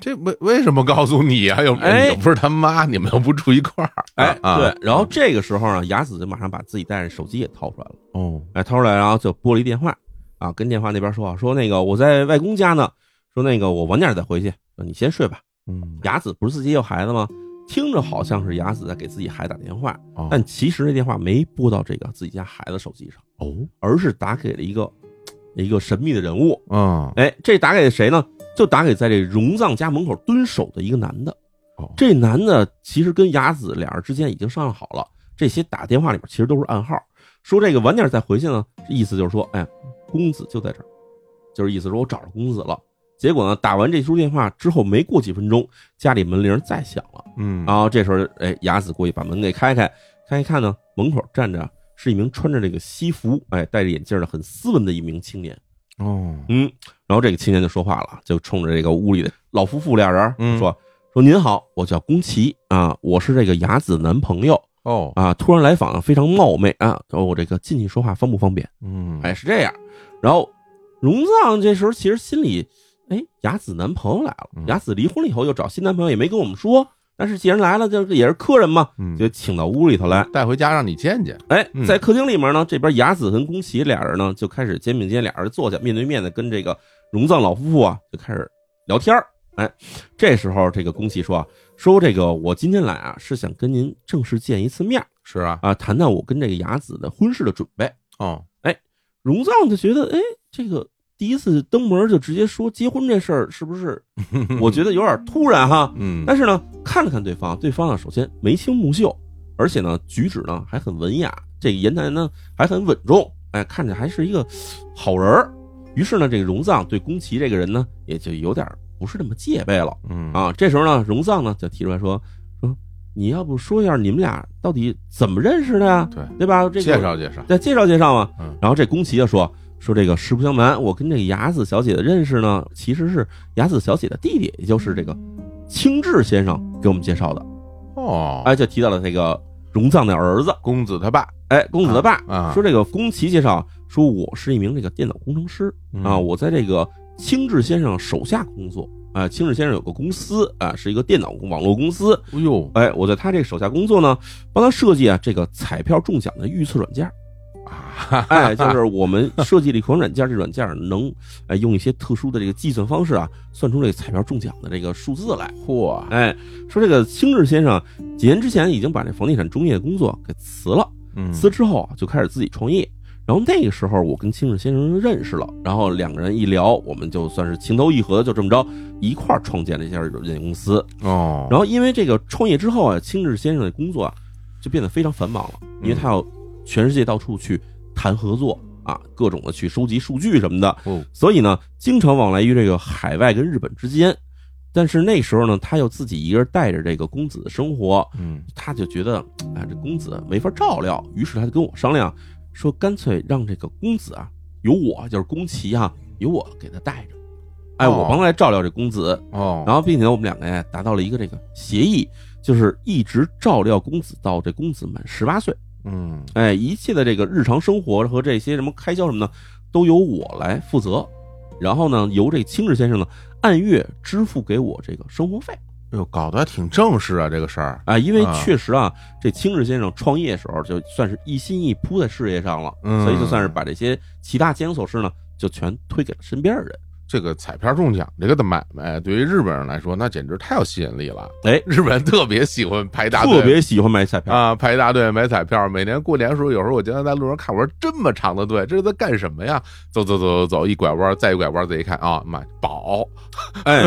Speaker 1: 这为为什么告诉你啊？又
Speaker 2: 哎
Speaker 1: 你又不是他妈，你们又不住一块儿，
Speaker 2: 哎，
Speaker 1: 啊，
Speaker 2: 对，然后这个时候呢，雅子就马上把自己带着手机也掏出来了，
Speaker 1: 哦，
Speaker 2: 哎，掏出来，然后就拨了一电话，啊，跟电话那边说啊，说那个我在外公家呢，说那个我晚点再回去，说你先睡吧。
Speaker 1: 嗯，
Speaker 2: 雅子不是自己也有孩子吗？听着好像是雅子在给自己孩子打电话，
Speaker 1: 哦
Speaker 2: 但其实那电话没拨到这个自己家孩子手机上，
Speaker 1: 哦，
Speaker 2: 而是打给了一个一个神秘的人物。
Speaker 1: 啊，
Speaker 2: 哎，这打给谁呢？就打给在这荣藏家门口蹲守的一个男的。
Speaker 1: 哦
Speaker 2: 这男的其实跟雅子俩人之间已经商量好了，这些打电话里边其实都是暗号，说这个晚点再回去呢，意思就是说，哎，公子就在这儿，就是意思说我找着公子了。结果呢，打完这通电话之后，没过几分钟，家里门铃再响了。
Speaker 1: 嗯
Speaker 2: 然后这时候，哎，雅子过去把门给开开，开一看呢，门口站着是一名穿着这个西服，哎，戴着眼镜的很斯文的一名青年。
Speaker 1: 哦，
Speaker 2: 嗯，然后这个青年就说话了，就冲着这个屋里的老夫妇俩人
Speaker 1: 嗯
Speaker 2: 说：“说您好，我叫宫崎啊，我是这个雅子男朋友
Speaker 1: 哦，
Speaker 2: 啊，突然来访非常冒昧啊，然后我这个进去说话方不方便？
Speaker 1: 嗯，
Speaker 2: 哎，是这样。然后荣藏这时候其实心里，哎，雅子男朋友来了
Speaker 1: 嗯，
Speaker 2: 雅子离婚了以后又找新男朋友，也没跟我们说，但是既然来了，就是也是客人嘛，
Speaker 1: 嗯，
Speaker 2: 就请到屋里头来。
Speaker 1: 带回家让你见见，
Speaker 2: 哎
Speaker 1: 嗯，
Speaker 2: 在客厅里面呢，这边雅子跟宫崎俩人呢就开始肩并肩，俩人坐下，面对面的跟这个荣藏老夫妇啊就开始聊天儿。哎，这时候这个宫崎说啊，说这个我今天来啊是想跟您正式见一次面儿
Speaker 1: 是啊，
Speaker 2: 啊，谈谈我跟这个雅子的婚事的准备。
Speaker 1: 哦，
Speaker 2: 荣藏就觉得，哎，这个第一次登门就直接说结婚这事儿是不是？我觉得有点突然哈。
Speaker 1: 嗯，
Speaker 2: 但是呢，看了看对方，对方啊呢首先眉清目秀，而且呢举止呢还很文雅，这个言谈呢还很稳重，哎，看着还是一个好人儿。于是呢，这个荣藏对宫崎这个人呢也就有点不是那么戒备了
Speaker 1: 嗯
Speaker 2: 啊。这时候呢，荣藏呢就提出来说说，你要不说一下你们俩到底怎么认识的呀？
Speaker 1: 对
Speaker 2: 对吧？这个
Speaker 1: 介绍介绍，
Speaker 2: 再介绍介绍嘛。
Speaker 1: 嗯
Speaker 2: 然后这宫崎就说说这个实不相瞒，我跟这个雅子小姐的认识呢，其实是雅子小姐的弟弟，也就是这个清志先生给我们介绍的。
Speaker 1: 哦，，
Speaker 2: 哎，就提到了这个荣藏的儿子，
Speaker 1: 公子他爸
Speaker 2: 哎，公子的爸，
Speaker 1: 啊，
Speaker 2: 说这个宫崎介绍说，我是一名这个电脑工程师啊，
Speaker 1: 嗯
Speaker 2: 我在这个清志先生手下工作。啊，清志先生有个公司啊，是一个电脑网络公司。
Speaker 1: 哎呦，
Speaker 2: 哎，我在他这个手下工作呢，帮他设计啊这个彩票中奖的预测软件。
Speaker 1: 啊，
Speaker 2: 哎，就是我们设计了一款软件，这软件能哎用一些特殊的这个计算方式啊，算出这个彩票中奖的这个数字来。
Speaker 1: 嚯，
Speaker 2: 哎，说这个清志先生几年之前已经把这房地产中介的工作给辞了，
Speaker 1: 嗯，
Speaker 2: 辞之后啊就开始自己创业。然后那个时候我跟清志先生认识了，然后两个人一聊，我们就算是情投意合，就这么着一块儿创建了一家软件公司。
Speaker 1: 哦，
Speaker 2: 然后因为这个创业之后啊，清志先生的工作啊就变得非常繁忙了，因为他要全世界到处去谈合作啊，各种的去收集数据什么的，
Speaker 1: 哦，
Speaker 2: 所以呢，经常往来于这个海外跟日本之间。但是那时候呢，他又自己一个人带着这个公子的生活，
Speaker 1: 嗯，
Speaker 2: 他就觉得，哎，这公子没法照料，于是他就跟我商量，说干脆让这个公子啊，由我就是宫崎啊，由我给他带着，哎，我
Speaker 1: 哦
Speaker 2: 帮他来照料这公子，
Speaker 1: 哦，
Speaker 2: 然后，并且呢我们两个呀达到了一个这个协议，就是一直照料公子到这公子满十八岁。
Speaker 1: 嗯，
Speaker 2: 哎，一切的这个日常生活和这些什么开销什么的，都由我来负责。然后呢，由这清志先生呢按月支付给我这个生活费。
Speaker 1: 哎呦，搞得还挺正式啊，这个事儿，
Speaker 2: 啊，因为
Speaker 1: 啊
Speaker 2: 确实啊，这清志先生创业时候就算是一心一扑在事业上了，
Speaker 1: 嗯
Speaker 2: 所以就算是把这些其他家庭琐事呢，就全推给了身边的人。
Speaker 1: 这个彩票中奖这个的买卖，对于日本人来说，那简直太有吸引力了。
Speaker 2: 哎，
Speaker 1: 日本人特别喜欢排大队，
Speaker 2: 特别喜欢买彩票，
Speaker 1: 啊，排一大队买彩票。每年过年的时候，有时候我经常在路上看，我说这么长的队，这是在干什么呀？走走走走走，一拐弯，再一拐弯，再一看啊，买宝
Speaker 2: 哎，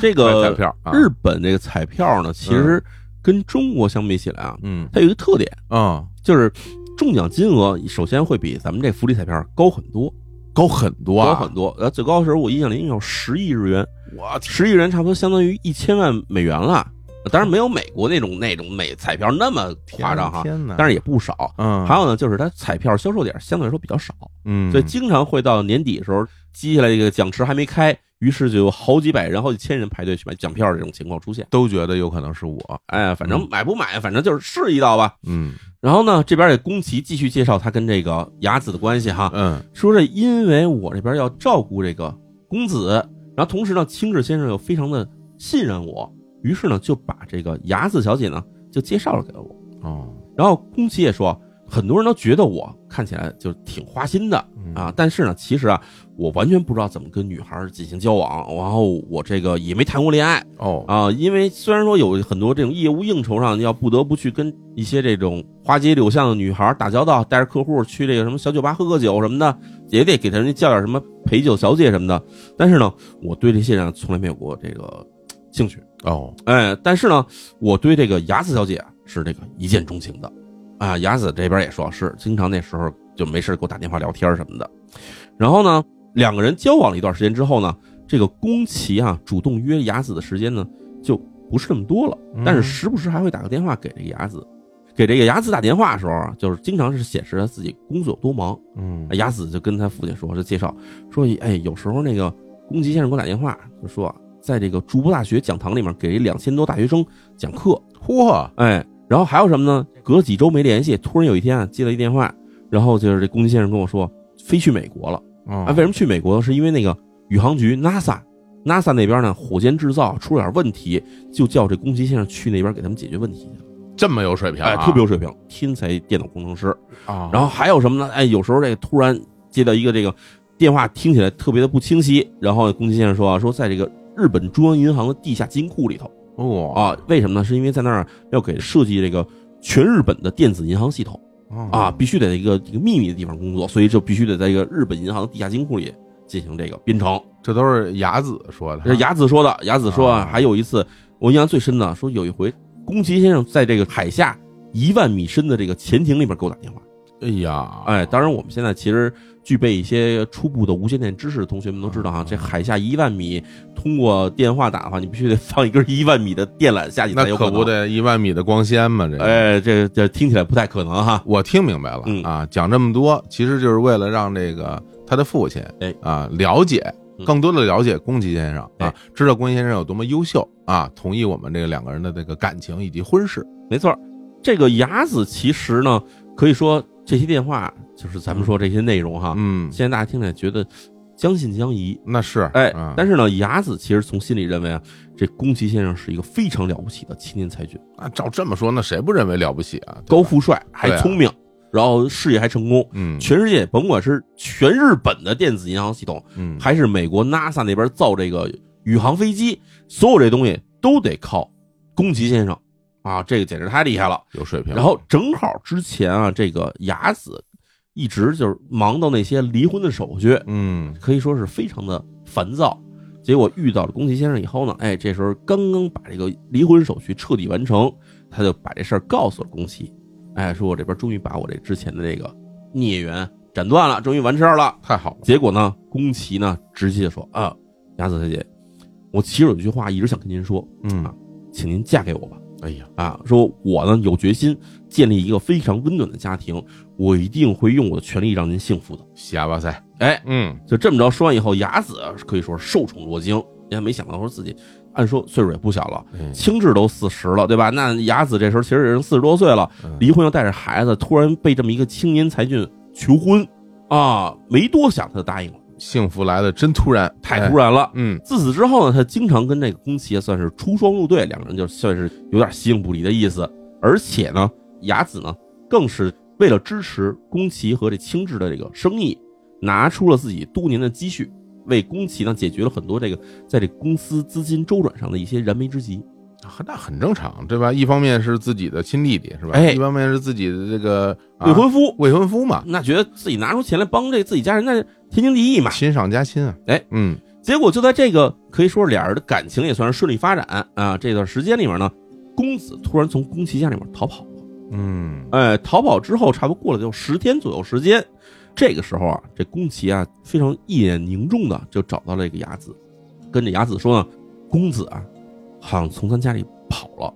Speaker 2: 这
Speaker 1: 买
Speaker 2: 个
Speaker 1: 彩票啊，
Speaker 2: 日本这个彩票呢，其实跟中国相比起来啊，
Speaker 1: 嗯
Speaker 2: 它有一个特点，
Speaker 1: 啊，
Speaker 2: 就是中奖金额首先会比咱们这福利彩票高很多，
Speaker 1: 高很多
Speaker 2: 高
Speaker 1: 啊，
Speaker 2: 很多。呃，最高的时候我印象里应该有十亿日元，
Speaker 1: 我天，
Speaker 2: 十亿元差不多相当于一千万美元了。当然没有美国那种那种美彩票那么夸张哈，
Speaker 1: 天哪！
Speaker 2: 但是也不少。
Speaker 1: 嗯，
Speaker 2: 还有呢，就是它彩票销售点相对来说比较少，
Speaker 1: 嗯，
Speaker 2: 所以经常会到年底的时候积下来这个奖池还没开，于是就有好几百人、好几千人排队去买奖票这种情况出现。
Speaker 1: 都觉得有可能是我，
Speaker 2: 哎，反正买不买，反正就是试一道吧。
Speaker 1: 嗯
Speaker 2: 然后呢，这边这宫崎继续介绍他跟这个雅子的关系哈，
Speaker 1: 嗯
Speaker 2: 说这因为我这边要照顾这个公子，然后同时呢，清志先生又非常的信任我，于是呢就把这个雅子小姐呢就介绍了给了我。
Speaker 1: 哦，
Speaker 2: 然后宫崎也说很多人都觉得我看起来就挺花心的
Speaker 1: 嗯
Speaker 2: 啊，但是呢，其实啊，我完全不知道怎么跟女孩进行交往，然后我这个也没谈过恋爱
Speaker 1: 哦，
Speaker 2: 啊，因为虽然说有很多这种业务应酬上要不得不去跟一些这种花街柳巷的女孩打交道，带着客户去这个什么小酒吧喝个酒什么的，也得给人家叫点什么陪酒小姐什么的，但是呢，我对这些人啊从来没有过这个兴趣。
Speaker 1: 哦，
Speaker 2: 哎，但是呢，我对这个雅子小姐啊是这个一见钟情的，啊，雅子这边也说是经常那时候就没事给我打电话聊天什么的。然后呢，两个人交往了一段时间之后呢，这个宫崎啊主动约雅子的时间呢就不是那么多了，
Speaker 1: 嗯
Speaker 2: 但是时不时还会打个电话给这个雅子。给这个雅子打电话的时候啊，就是经常是显示他自己工作有多忙。
Speaker 1: 嗯，
Speaker 2: 雅子就跟他父亲说，就介绍说，哎，有时候那个宫崎先生给我打电话，就说啊在这个筑波大学讲堂里面给两千多大学生讲课，
Speaker 1: 嚯，
Speaker 2: 哎，然后还有什么呢？隔了几周没联系，突然有一天啊接了一电话，然后就是这宫崎先生跟我说飞去美国了
Speaker 1: 啊
Speaker 2: 啊，为什么去美国？是因为那个宇航局 NASA。NASA 那边呢，火箭制造出了点问题，就叫这宫崎先生去那边给他们解决问题去。
Speaker 1: 这么有水平啊？
Speaker 2: 哎，特别有水平，天才电脑工程师。
Speaker 1: 啊，
Speaker 2: 然后还有什哦么呢？哎，有时候这个突然接到一个这个电话，听起来特别的不清晰。然后宫崎先生说啊，说在这个日本中央银行的地下金库里头
Speaker 1: 哦
Speaker 2: 啊，为什么呢？是因为在那儿要给设计这个全日本的电子银行系统啊，必须得在一个一个秘密的地方工作，所以就必须得在一个日本银行的地下金库里进行这个编程。
Speaker 1: 这都是雅子说的，
Speaker 2: 这是雅子说的，雅子说啊
Speaker 1: 啊，
Speaker 2: 还有一次我印象最深的，说有一回宫崎先生在这个海下一万米深的这个潜艇里面给我打电话。
Speaker 1: 哎呀，
Speaker 2: 哎，当然我们现在其实具备一些初步的无线电知识的同学们都知道
Speaker 1: 嗯
Speaker 2: 哈，这海下一万米，通过电话打的话，你必须得放一根一万米的电缆下去才
Speaker 1: 那
Speaker 2: 有
Speaker 1: 可不
Speaker 2: 能。
Speaker 1: 得一万米的光纤吗？这个。
Speaker 2: 哎，这这听起来不太可能哈。
Speaker 1: 我听明白了、
Speaker 2: 嗯
Speaker 1: 啊，讲这么多，其实就是为了让这个他的父亲，
Speaker 2: 哎
Speaker 1: 啊，了解
Speaker 2: 嗯
Speaker 1: 更多的了解宫崎先生啊，
Speaker 2: 哎
Speaker 1: 知道宫崎先生有多么优秀啊，同意我们这个两个人的这个感情以及婚事。
Speaker 2: 没错儿，这个雅子其实呢，可以说这些电话就是咱们说这些内容哈，
Speaker 1: 嗯，
Speaker 2: 现在大家听起来觉得将信将疑。
Speaker 1: 那是
Speaker 2: 哎
Speaker 1: 啊、，
Speaker 2: 但是呢，雅子其实从心里认为啊，这宫崎先生是一个非常了不起的青年才俊，
Speaker 1: 啊，照这么说，那谁不认为了不起啊？对
Speaker 2: 高
Speaker 1: 吧，
Speaker 2: 富帅，还
Speaker 1: 对啊
Speaker 2: 聪明，然后事业还成功，
Speaker 1: 嗯
Speaker 2: 全世界甭管是全日本的电子银行系统，
Speaker 1: 嗯，
Speaker 2: 还是美国 NASA 那边造这个宇航飞机，所有这东西都得靠宫崎先生啊，这个简直太厉害了。
Speaker 1: 有水平。
Speaker 2: 然后正好之前啊，这个雅子一直就是忙到那些离婚的手续，
Speaker 1: 嗯，
Speaker 2: 可以说是非常的烦躁。结果遇到了宫崎先生以后呢，哎，这时候刚刚把这个离婚手续彻底完成，他就把这事儿告诉了宫崎，哎，说我这边终于把我这之前的这个孽缘斩断了，终于完事儿了。
Speaker 1: 太好了，
Speaker 2: 结果呢，宫崎呢直接说啊，雅子小姐，我其实有一句话一直想跟您说，
Speaker 1: 嗯，
Speaker 2: 请您嫁给我吧。
Speaker 1: 哎呀，
Speaker 2: 啊，说我呢有决心建立一个非常温暖的家庭，我一定会用我的全力让您幸福的。
Speaker 1: 瞎哇塞，
Speaker 2: 哎，
Speaker 1: 嗯，
Speaker 2: 就这么着说完以后，雅子可以说是受宠若惊，人家没想到说自己，按说岁数也不小了，
Speaker 1: 哎
Speaker 2: 青志都四十了，对吧？那雅子这时候其实也是四十多岁了
Speaker 1: 嗯，
Speaker 2: 离婚又带着孩子，突然被这么一个青年才俊求婚啊，没多想他就答应了，
Speaker 1: 幸福来的真突然，
Speaker 2: 太突
Speaker 1: 然。
Speaker 2: 然了。
Speaker 1: 嗯，
Speaker 2: 自此之后呢，他经常跟这个宫崎啊算是出双入对，两个人就算是有点形影不离的意思。而且呢，雅子呢更是为了支持宫崎和这青雉的这个生意，拿出了自己多年的积蓄，为宫崎呢解决了很多这个在这公司资金周转上的一些燃眉之急。
Speaker 1: 那很正常，对吧？一方面是自己的亲弟弟，是吧？
Speaker 2: 哎
Speaker 1: 一方面是自己的这个啊
Speaker 2: 未婚夫、
Speaker 1: 未婚夫嘛，
Speaker 2: 那觉得自己拿出钱来帮这自己家人，那是天经地义嘛。
Speaker 1: 亲上加亲啊！
Speaker 2: 哎，
Speaker 1: 嗯，
Speaker 2: 结果就在这个可以说是俩人的感情也算是顺利发展啊这段时间里面呢，公子突然从宫崎家里面逃跑了。
Speaker 1: 嗯，
Speaker 2: 哎，逃跑之后，差不多过了就十天左右时间。这个时候啊，这宫崎啊非常一眼凝重的就找到了这个雅子，跟这雅子说呢，公子啊，好像从咱家里跑了，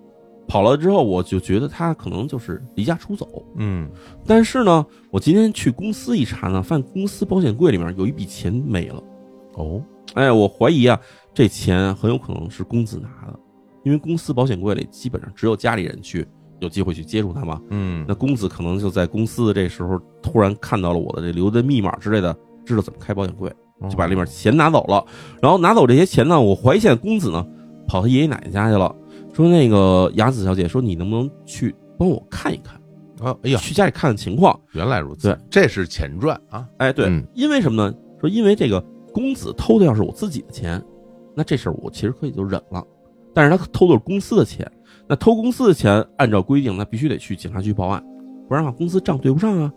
Speaker 2: 跑了之后，我就觉得他可能就是离家出走。
Speaker 1: 嗯，
Speaker 2: 但是呢，我今天去公司一查呢，发现公司保险柜里面有一笔钱没了。
Speaker 1: 哦，
Speaker 2: 哎，我怀疑啊，这钱很有可能是公子拿的，因为公司保险柜里基本上只有家里人去有机会去接触他嘛。
Speaker 1: 嗯
Speaker 2: 那，公子可能就在公司的这时候突然看到了我的这留的密码之类的，知道怎么开保险柜，
Speaker 1: 哦
Speaker 2: 就把里面钱拿走了。然后拿走这些钱呢，我怀疑现在公子呢跑他爷爷奶奶家去了，说那个雅子小姐说你能不能去帮我看一看，
Speaker 1: 啊，哎呀，
Speaker 2: 去家里看看情况。
Speaker 1: 原来如此
Speaker 2: 对，
Speaker 1: 这是前传啊，
Speaker 2: 哎，对，
Speaker 1: 嗯
Speaker 2: 因为什么呢？说因为这个公子偷的要是我自己的钱，那这事儿我其实可以就忍了。但是他偷的是公司的钱，那偷公司的钱，按照规定，那必须得去警察局报案，不然的话公司账对不上啊。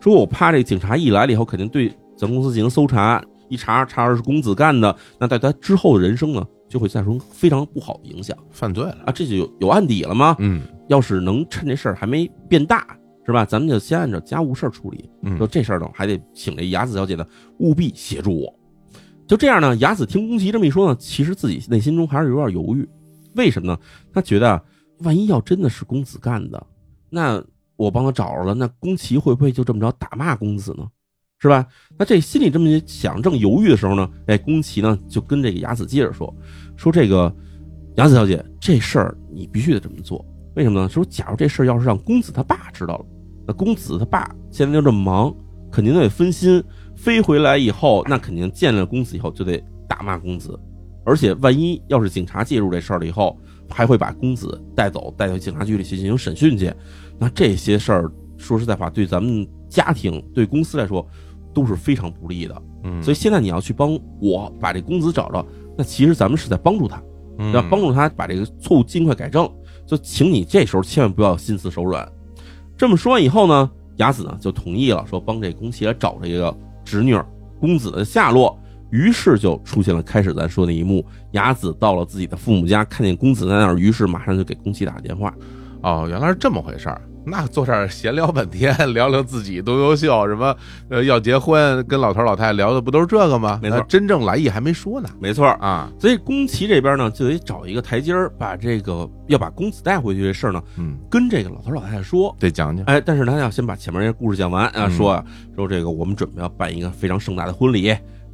Speaker 2: 说我怕这警察一来了以后，肯定对咱公司进行搜查，一查查着是公子干的，那对他之后的人生呢，就会产生非常不好的影响
Speaker 1: 犯罪了，
Speaker 2: 啊。这就有有案底了吗？
Speaker 1: 嗯
Speaker 2: 要是能趁这事儿还没变大，是吧？咱们就先按照家务事儿处理，说
Speaker 1: 嗯
Speaker 2: 这事儿呢，还得请这雅子小姐呢务必协助我。就这样呢，雅子听宫崎这么一说呢，其实自己内心中还是有点犹豫。为什么呢？她觉得啊，万一要真的是公子干的，那我帮他找着了，那宫崎会不会就这么着打骂公子呢？是吧？那这心里这么一想，正犹豫的时候呢，哎，宫崎呢就跟这个雅子接着说，哎说这个雅子小姐，这事儿你必须得这么做。为什么呢？说假如这事儿要是让公子他爸知道了，那公子他爸现在就这么忙，肯定得分心。飞回来以后，那肯定见了公子以后就得打骂公子，而且万一要是警察介入这事儿了以后，还会把公子带走，带到警察局里去进行审讯去。那这些事儿，说实在话，对咱们家庭、对公司来说都是非常不利的。
Speaker 1: 嗯，
Speaker 2: 所以现在你要去帮我把这公子找着，那其实咱们是在帮助他。
Speaker 1: 以
Speaker 2: 要帮助他把这个错误尽快改正。就请你这时候千万不要心慈手软。这么说完以后呢，雅子呢就同意了，说帮这宫崎来找这个侄女儿公子的下落。于是就出现了开始咱说的一幕，雅子到了自己的父母家，看见公子在那儿，于是马上就给宫崎打个电话。
Speaker 1: 哦，原来是这么回事儿。那坐这儿闲聊半天，聊聊自己多优秀，什么呃要结婚，跟老头老太太聊的不都是这个吗？
Speaker 2: 没错
Speaker 1: 那真正来意还没说呢
Speaker 2: 没错，
Speaker 1: 啊。
Speaker 2: 所以宫崎这边呢就得找一个台阶儿，把这个要把公子带回去这事儿呢，
Speaker 1: 嗯，
Speaker 2: 跟这个老头老太太说。
Speaker 1: 得讲讲。
Speaker 2: 哎，但是他要先把前面这故事讲完啊，
Speaker 1: 嗯
Speaker 2: 说啊，说这个我们准备要办一个非常盛大的婚礼，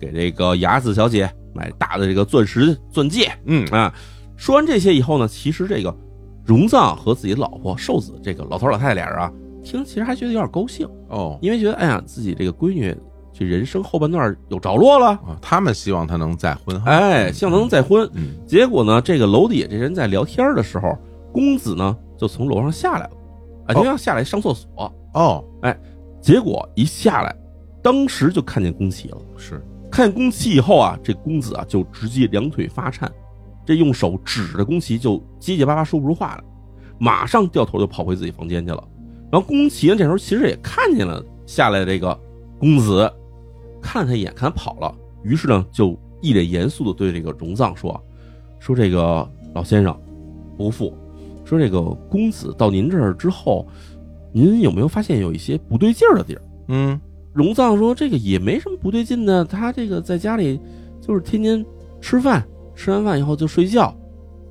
Speaker 2: 给这个雅子小姐买大的这个钻石钻戒
Speaker 1: 嗯
Speaker 2: 啊。说完这些以后呢，其实这个荣藏和自己的老婆寿子这个老头老太太俩人啊，听其实还觉得有点高兴，
Speaker 1: 哦
Speaker 2: 因为觉得哎呀，自己这个闺女这人生后半段有着落了，
Speaker 1: 啊，他们希望他能再婚后。
Speaker 2: 哎，希望能再婚。
Speaker 1: 嗯
Speaker 2: 结果呢，这个楼底下这人在聊天的时候，公子呢就从楼上下来了，啊，就要下来上厕所。
Speaker 1: 哦
Speaker 2: 结果一下来，当时就看见宫崎了。
Speaker 1: 是
Speaker 2: 看见宫崎以后啊，这公子啊就直接两腿发颤，这用手指着宫崎就结结巴巴说不出话来，马上掉头就跑回自己房间去了。然后宫崎呢这时候其实也看见了下来这个公子，看了他一眼，看他跑了，于是呢就一脸严肃的对这个荣藏说：“说这个老先生，伯父，说这个公子到您这儿之后，您有没有发现有一些不对劲儿的地儿？”
Speaker 1: 嗯
Speaker 2: 荣藏说：“这个也没什么不对劲的，他这个在家里就是天天吃饭，吃完饭以后就睡觉，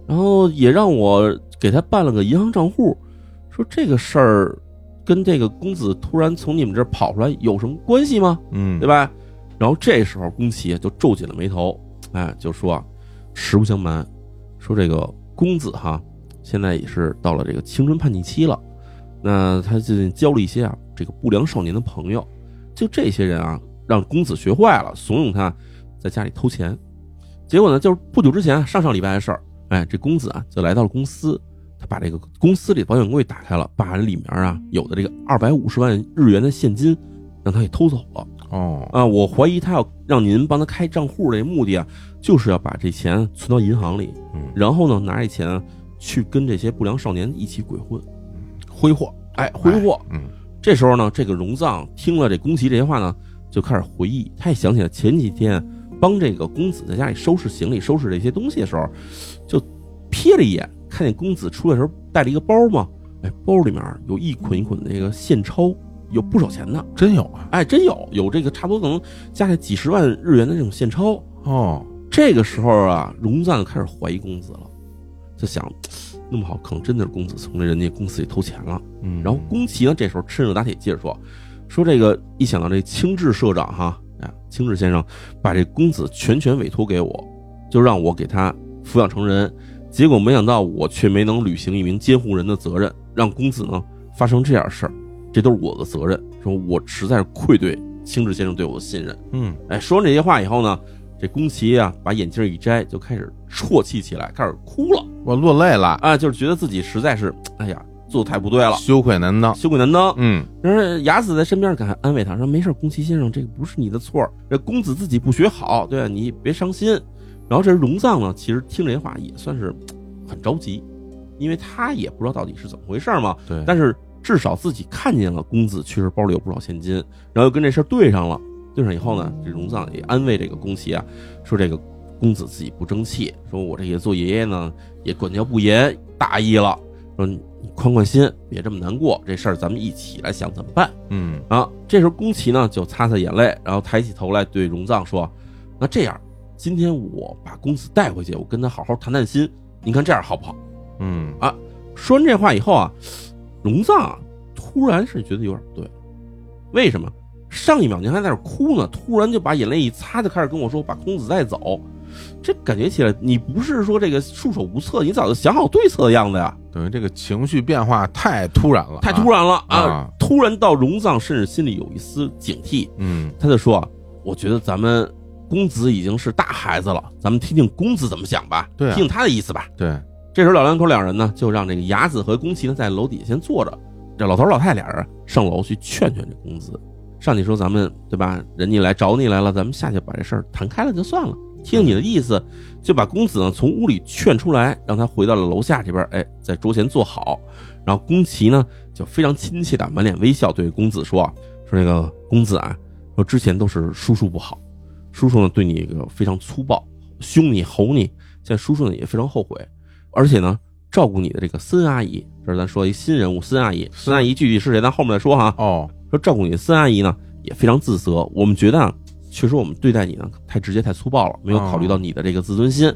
Speaker 2: 然后也让我给他办了个银行账户，说这个事儿跟这个公子突然从你们这儿跑出来有什么关系吗？
Speaker 1: 嗯
Speaker 2: 对吧？”然后这时候宫崎就皱紧了眉头，哎，就说啊：“实不相瞒，说这个公子哈，现在也是到了这个青春叛逆期了，那他最近交了一些啊这个不良少年的朋友，就这些人啊，让公子学坏了，怂恿他在家里偷钱。结果呢，就是不久之前啊上上礼拜的事儿，哎，这公子啊就来到了公司，他把这个公司里的保险柜打开了，把里面啊有的这个二百五十万日元的现金让他给偷走了。
Speaker 1: 哦
Speaker 2: 啊，我怀疑他要让您帮他开账户这目的啊，就是要把这钱存到银行里，
Speaker 1: 嗯
Speaker 2: 然后呢，拿这钱去跟这些不良少年一起鬼混，
Speaker 1: 挥霍
Speaker 2: 哎，挥霍。
Speaker 1: 嗯
Speaker 2: 这时候呢，这个荣藏听了这宫崎这些话呢，就开始回忆，他也想起了前几天帮这个公子在家里收拾行李、收拾这些东西的时候，就瞥了一眼，看见公子出来的时候带了一个包嘛，哎，包里面有一捆一捆的这个现钞，有不少钱呢。
Speaker 1: 真有啊
Speaker 2: 哎，真有有这个差不多可能加起来几十万日元的这种现钞。
Speaker 1: 哦
Speaker 2: 这个时候啊，荣赞开始怀疑公子了，就想，那么好，可能真的是公子从这人家公司里偷钱了。
Speaker 1: 嗯，
Speaker 2: 然后宫崎呢，这时候趁热打铁接着说，说这个一想到这清志社长哈，啊，清志先生把这公子全权委托给我，就让我给他抚养成人，结果没想到我却没能履行一名监护人的责任，让公子呢发生这样的事儿，这都是我的责任，说我实在是愧对清志先生对我的信任。
Speaker 1: 嗯
Speaker 2: 哎，说完这些话以后呢，这宫崎啊把眼镜一摘，就开始啜泣起来，开始哭了。
Speaker 1: 我落泪了
Speaker 2: 啊，就是觉得自己实在是，哎呀，做得太不对了，
Speaker 1: 羞愧难当。
Speaker 2: 羞愧难当。
Speaker 1: 嗯，
Speaker 2: 然而雅子在身边给他安慰他说：“没事，宫崎先生，这个不是你的错儿，这公子自己不学好，对、啊、你别伤心。”然后这荣藏呢，其实听这话也算是很着急，因为他也不知道到底是怎么回事嘛。
Speaker 1: 对，
Speaker 2: 但是至少自己看见了公子确实包里有不少现金，然后又跟这事儿对上了。对上以后呢，这荣藏也安慰这个宫崎啊，说这个公子自己不争气，说我这也做爷爷呢也管教不严，大意了，说你宽宽心，别这么难过，这事儿咱们一起来想怎么办
Speaker 1: 嗯
Speaker 2: 啊。这时候宫崎呢就擦擦眼泪，然后抬起头来对荣藏说：“那这样，今天我把公子带回去，我跟他好好谈谈心，您看这样好不好？”
Speaker 1: 嗯
Speaker 2: 说完这话以后啊，荣藏啊突然是觉得有点不对，为什么？上一秒您还在那儿哭呢，突然就把眼泪一擦，就开始跟我说把公子带走，这感觉起来你不是说这个束手无策，你早就想好对策的样子呀，
Speaker 1: 等于这个情绪变化太突然了，
Speaker 2: 太突
Speaker 1: 然。
Speaker 2: 然了啊！
Speaker 1: 啊
Speaker 2: 突然到荣藏甚至心里有一丝警惕，
Speaker 1: 嗯
Speaker 2: 他就说啊，我觉得咱们公子已经是大孩子了，咱们听听公子怎么想吧，
Speaker 1: 对啊
Speaker 2: 听听他的意思吧。
Speaker 1: 对，
Speaker 2: 这时候老两口两人呢，就让这个雅子和宫崎呢在楼底下先坐着，这老头老太俩人上楼去劝劝这公子，上去说咱们对吧，人家来找你来了，咱们下去把这事儿谈开了就算了，听你的意思，就把公子呢从屋里劝出来，让他回到了楼下这边，哎，在桌前坐好。然后宫崎呢就非常亲切的满脸微笑对公子说啊，说那个公子啊，说之前都是叔叔不好，叔叔呢对你这个非常粗暴，凶你吼你，现在叔叔呢也非常后悔。而且呢，照顾你的这个森阿姨，这是咱说一新人物森阿姨。森阿姨具体是谁，咱后面再说哈。
Speaker 1: 哦，
Speaker 2: 说照顾你的森阿姨呢，也非常自责。我们觉得啊，确实我们对待你呢太直接、太粗暴了，没有考虑到你的这个自尊心。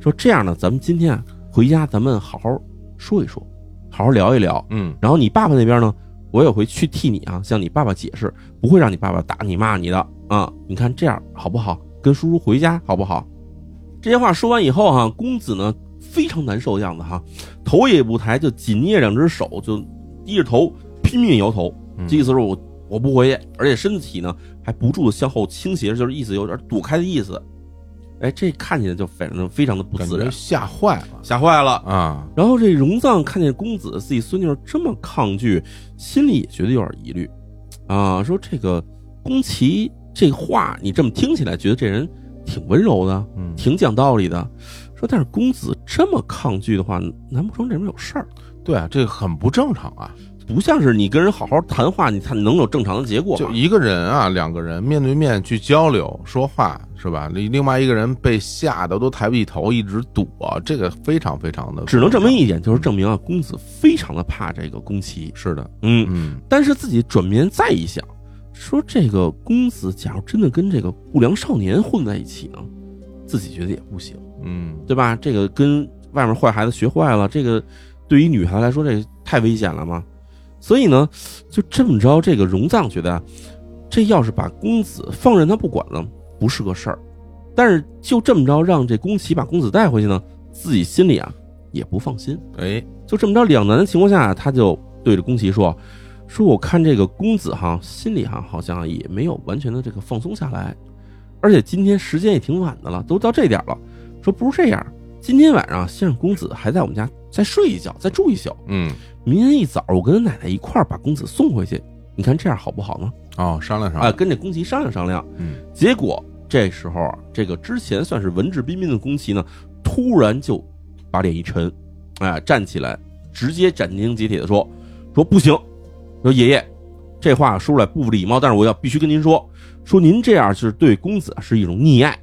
Speaker 2: 说这样呢，咱们今天啊回家，咱们好好说一说，好好聊一聊。
Speaker 1: 嗯
Speaker 2: 然后你爸爸那边呢，我也会去替你啊，向你爸爸解释，不会让你爸爸打你骂你的啊。你看这样好不好？跟叔叔回家好不好？这些话说完以后哈、公子呢非常难受的样子哈、头也不抬，就紧捏两只手，就低着头拼命摇头，
Speaker 1: 嗯
Speaker 2: 这意思是我我不回去，而且身体呢还不住的向后倾斜，就是意思有点躲开的意思。哎，这看起来就反正非常的不
Speaker 1: 感
Speaker 2: 自然
Speaker 1: 觉，吓坏了
Speaker 2: 吓坏了。
Speaker 1: 啊。
Speaker 2: 然后这荣藏看见公子自己孙女儿这么抗拒，心里也觉得有点疑虑，啊，说这个宫崎这话你这么听起来，觉得这人挺温柔的，
Speaker 1: 嗯，
Speaker 2: 挺讲道理的，说但是公子这么抗拒的话，难不成这人有事儿？
Speaker 1: 对啊，这个很不正常啊。
Speaker 2: 不像是你跟人好好谈话，你才能有正常的结果吧。
Speaker 1: 就一个人啊，两个人面对面去交流说话是吧？另另外一个人被吓得都抬不起头，一直躲，这个非常非常的
Speaker 2: 只能证明一点，就是证明啊，公子非常的怕这个宫崎。
Speaker 1: 是的，
Speaker 2: 嗯，
Speaker 1: 嗯
Speaker 2: 但是自己转念再一想，说这个公子假如真的跟这个不良少年混在一起呢，自己觉得也不行，
Speaker 1: 嗯，
Speaker 2: 对吧？这个跟外面坏孩子学坏了，这个对于女孩来说，这个太危险了嘛。所以呢，就这么着，这个荣藏觉得啊，这要是把公子放任他不管呢，不是个事儿。但是就这么着，让这宫崎把公子带回去呢，自己心里啊也不放心。
Speaker 1: 哎，
Speaker 2: 就这么着两难的情况下，他就对着宫崎说：“说我看这个公子哈，心里哈好像也没有完全的这个放松下来，而且今天时间也挺晚的了，都到这点儿了，说不如这样，今天晚上先让公子还在我们家再睡一觉，再住一宿，
Speaker 1: 嗯，
Speaker 2: 明天一早我跟奶奶一块儿把公子送回去，你看这样好不好呢？”
Speaker 1: 哦，商量商
Speaker 2: 啊，
Speaker 1: 量，
Speaker 2: 跟这宫崎商量商量。
Speaker 1: 嗯，
Speaker 2: 结果这时候啊，这个之前算是文质彬彬的宫崎呢，突然就把脸一沉，哎，站起来，直接斩钉截铁的说：“说不行，说爷爷，这话说出来不礼貌，但是我要必须跟您说，说您这样是对公子啊是一种溺爱，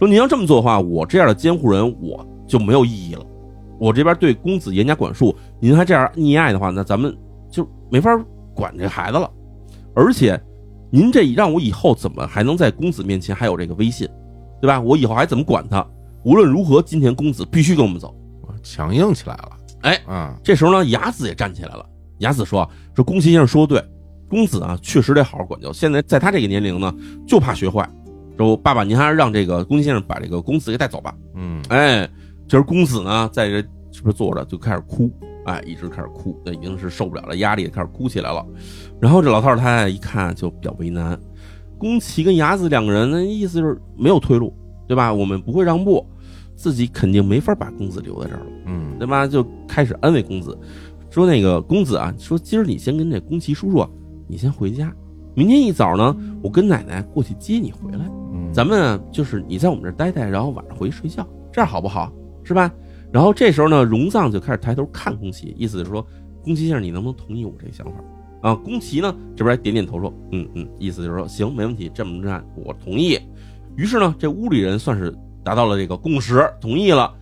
Speaker 2: 说您要这么做的话，我这样的监护人我就没有意义了。我这边对公子严加管束，您还这样溺爱的话，那咱们就没法管这孩子了。而且，您这让我以后怎么还能在公子面前还有这个威信，对吧？我以后还怎么管他？无论如何，今天公子必须跟我们走。
Speaker 1: 我强硬起来了，
Speaker 2: 哎
Speaker 1: 啊，
Speaker 2: 这时候呢，雅子也站起来了。雅子说：“说宫崎先生说得对，公子啊，确实得好好管教。现在在他这个年龄呢，就怕学坏。说爸爸，您还是让这个宫崎先生把这个公子给带走吧。”
Speaker 1: 嗯
Speaker 2: 哎，这时候公子呢，在这是不是坐着就开始哭？哎，一直开始哭，那已经是受不了了，压力也开始哭起来了。然后这老头儿太太一看就比较为难，宫崎跟雅子两个人，那意思就是没有退路，对吧？我们不会让步，自己肯定没法把公子留在这儿了，
Speaker 1: 嗯，
Speaker 2: 对吧？就开始安慰公子，说那个公子啊，说今儿你先跟这宫崎叔叔，啊，你先回家，明天一早呢，我跟奶奶过去接你回来。
Speaker 1: 嗯，
Speaker 2: 咱们啊就是你在我们这儿待待，然后晚上回去睡觉，这样好不好？是吧？然后这时候呢，荣藏就开始抬头看宫崎，意思是说，宫崎先生，你能不能同意我这个想法？啊，宫崎呢这边还点点头说，嗯嗯，意思就是说行，没问题，这么干我同意。于是呢，这屋里人算是达到了这个共识，同意了。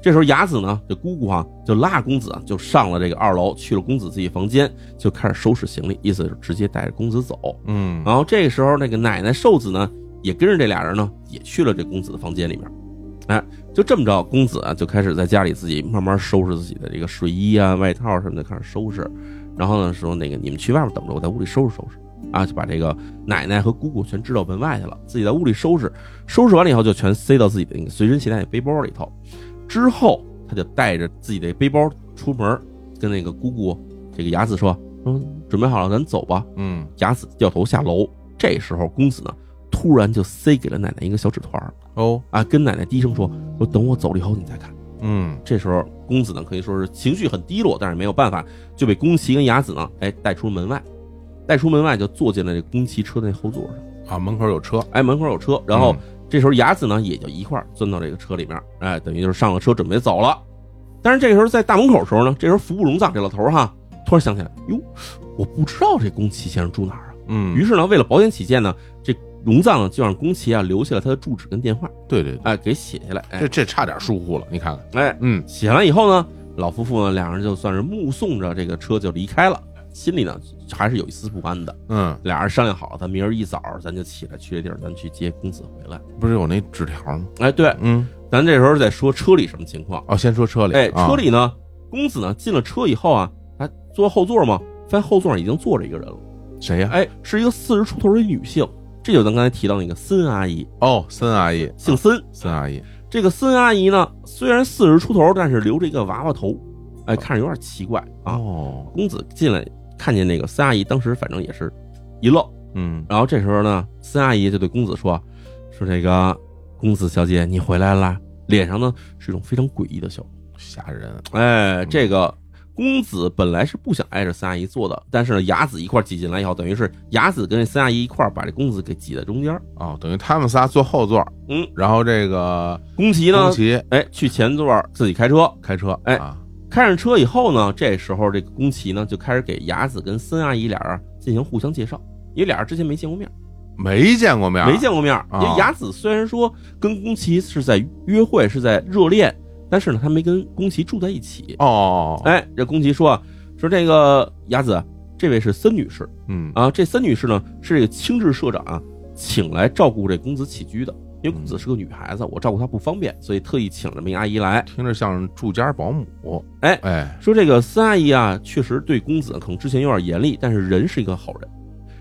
Speaker 2: 这时候雅子呢，这姑姑哈、就拉着公子啊，就上了这个二楼，去了公子自己房间，就开始收拾行李，意思是直接带着公子走。
Speaker 1: 嗯
Speaker 2: 然后这个时候，那个奶奶寿子呢，也跟着这俩人呢，也去了这公子的房间里面。哎，就这么着，公子啊就开始在家里自己慢慢收拾自己的这个睡衣啊、外套什么的，开始收拾。然后呢，说那个你们去外面等着，我在屋里收拾收拾。啊，就把这个奶奶和姑姑全支到门外去了，自己在屋里收拾。收拾完了以后，就全塞到自己的那个随身携带的背包里头。之后，他就带着自己的背包出门，跟那个姑姑这个雅子说：“嗯，准备好了，咱走吧。”
Speaker 1: 嗯
Speaker 2: 雅子掉头下楼。这时候，公子呢突然就塞给了奶奶一个小纸团儿
Speaker 1: 哦
Speaker 2: 啊，跟奶奶低声说：“说等我走了以后你再看。”
Speaker 1: 嗯
Speaker 2: 这时候，公子呢可以说是情绪很低落，但是没有办法，就被宫崎跟雅子呢哎带出门外，带出门外就坐进了这宫崎车的那后座上。
Speaker 1: 啊，门口有车，
Speaker 2: 哎，门口有车，然后这时候雅子呢也就一块儿钻到这个车里面，哎，等于就是上了车准备走了。但是这个时候在大门口的时候呢，这时候服部荣藏这老头儿哈突然想起来，哟，我不知道这宫崎先生住哪儿啊。
Speaker 1: 嗯，
Speaker 2: 于是呢，为了保险起见呢，这荣藏呢就让宫崎啊留下了他的住址跟电话，
Speaker 1: 对对对，
Speaker 2: 哎，给写下来，哎
Speaker 1: 这这差点疏忽了，你看看，
Speaker 2: 哎，
Speaker 1: 嗯
Speaker 2: 写完以后呢，老夫妇呢两人就算是目送着这个车就离开了，心里呢还是有一丝不安的。
Speaker 1: 嗯，
Speaker 2: 俩人商量好了，咱明儿一早咱就起来去这地儿，咱去接公子回来。
Speaker 1: 不是有那纸条吗？
Speaker 2: 哎，对，
Speaker 1: 嗯，
Speaker 2: 咱这时候再说车里什么情况。
Speaker 1: 哦，先说车里，
Speaker 2: 哎，
Speaker 1: 啊
Speaker 2: 车，里呢，公子呢进了车以后啊，他坐后座嘛，发现后座上已经坐着一个人了。
Speaker 1: 谁呀？
Speaker 2: 哎，是一个四十出头的女性，这就咱刚才提到那个森阿姨，
Speaker 1: 哦，森阿姨，
Speaker 2: 姓森。
Speaker 1: 森阿姨，
Speaker 2: 这个森阿姨呢，虽然四十出头，但是留着一个娃娃头，哎，看着有点奇怪啊。
Speaker 1: 哦，
Speaker 2: 公子进来看见那个森阿姨，当时反正也是一愣。
Speaker 1: 嗯
Speaker 2: 然后这时候呢，森阿姨就对公子说：“说这个公子小姐，你回来啦。”脸上呢是一种非常诡异的笑容。
Speaker 1: 吓人，
Speaker 2: 哎，这个公子本来是不想挨着三阿姨坐的，但是呢，雅子一块儿挤进来以后，等于是雅子跟这三阿姨一块儿把这公子给挤在中间儿。
Speaker 1: 哦，等于他们仨坐后座，
Speaker 2: 嗯，
Speaker 1: 然后这个
Speaker 2: 宫崎呢
Speaker 1: 宫，崎
Speaker 2: 哎，去前座儿自己开车，
Speaker 1: 开车，
Speaker 2: 哎
Speaker 1: 啊
Speaker 2: 开上车以后呢，这时候这个宫崎呢就开始给雅子跟森阿姨俩人进行互相介绍，因为俩人之前没见过面，
Speaker 1: 没见过面，啊
Speaker 2: 没，见过面。因为雅子虽然说跟宫崎是在约会，是在热恋，但是呢，他没跟宫崎住在一起。
Speaker 1: 哦，，
Speaker 2: 哎，这宫崎说啊，说这个雅子，这位是森女士。
Speaker 1: 嗯
Speaker 2: 啊，这森女士呢是这个清志社长啊请来照顾这公子起居的，因为公子是个女孩子，我照顾她不方便，所以特意请了名阿姨来。
Speaker 1: 听着像住家保姆，
Speaker 2: 哎
Speaker 1: 哎，
Speaker 2: 说这个森阿姨啊，确实对公子可能之前有点严厉，但是人是一个好人。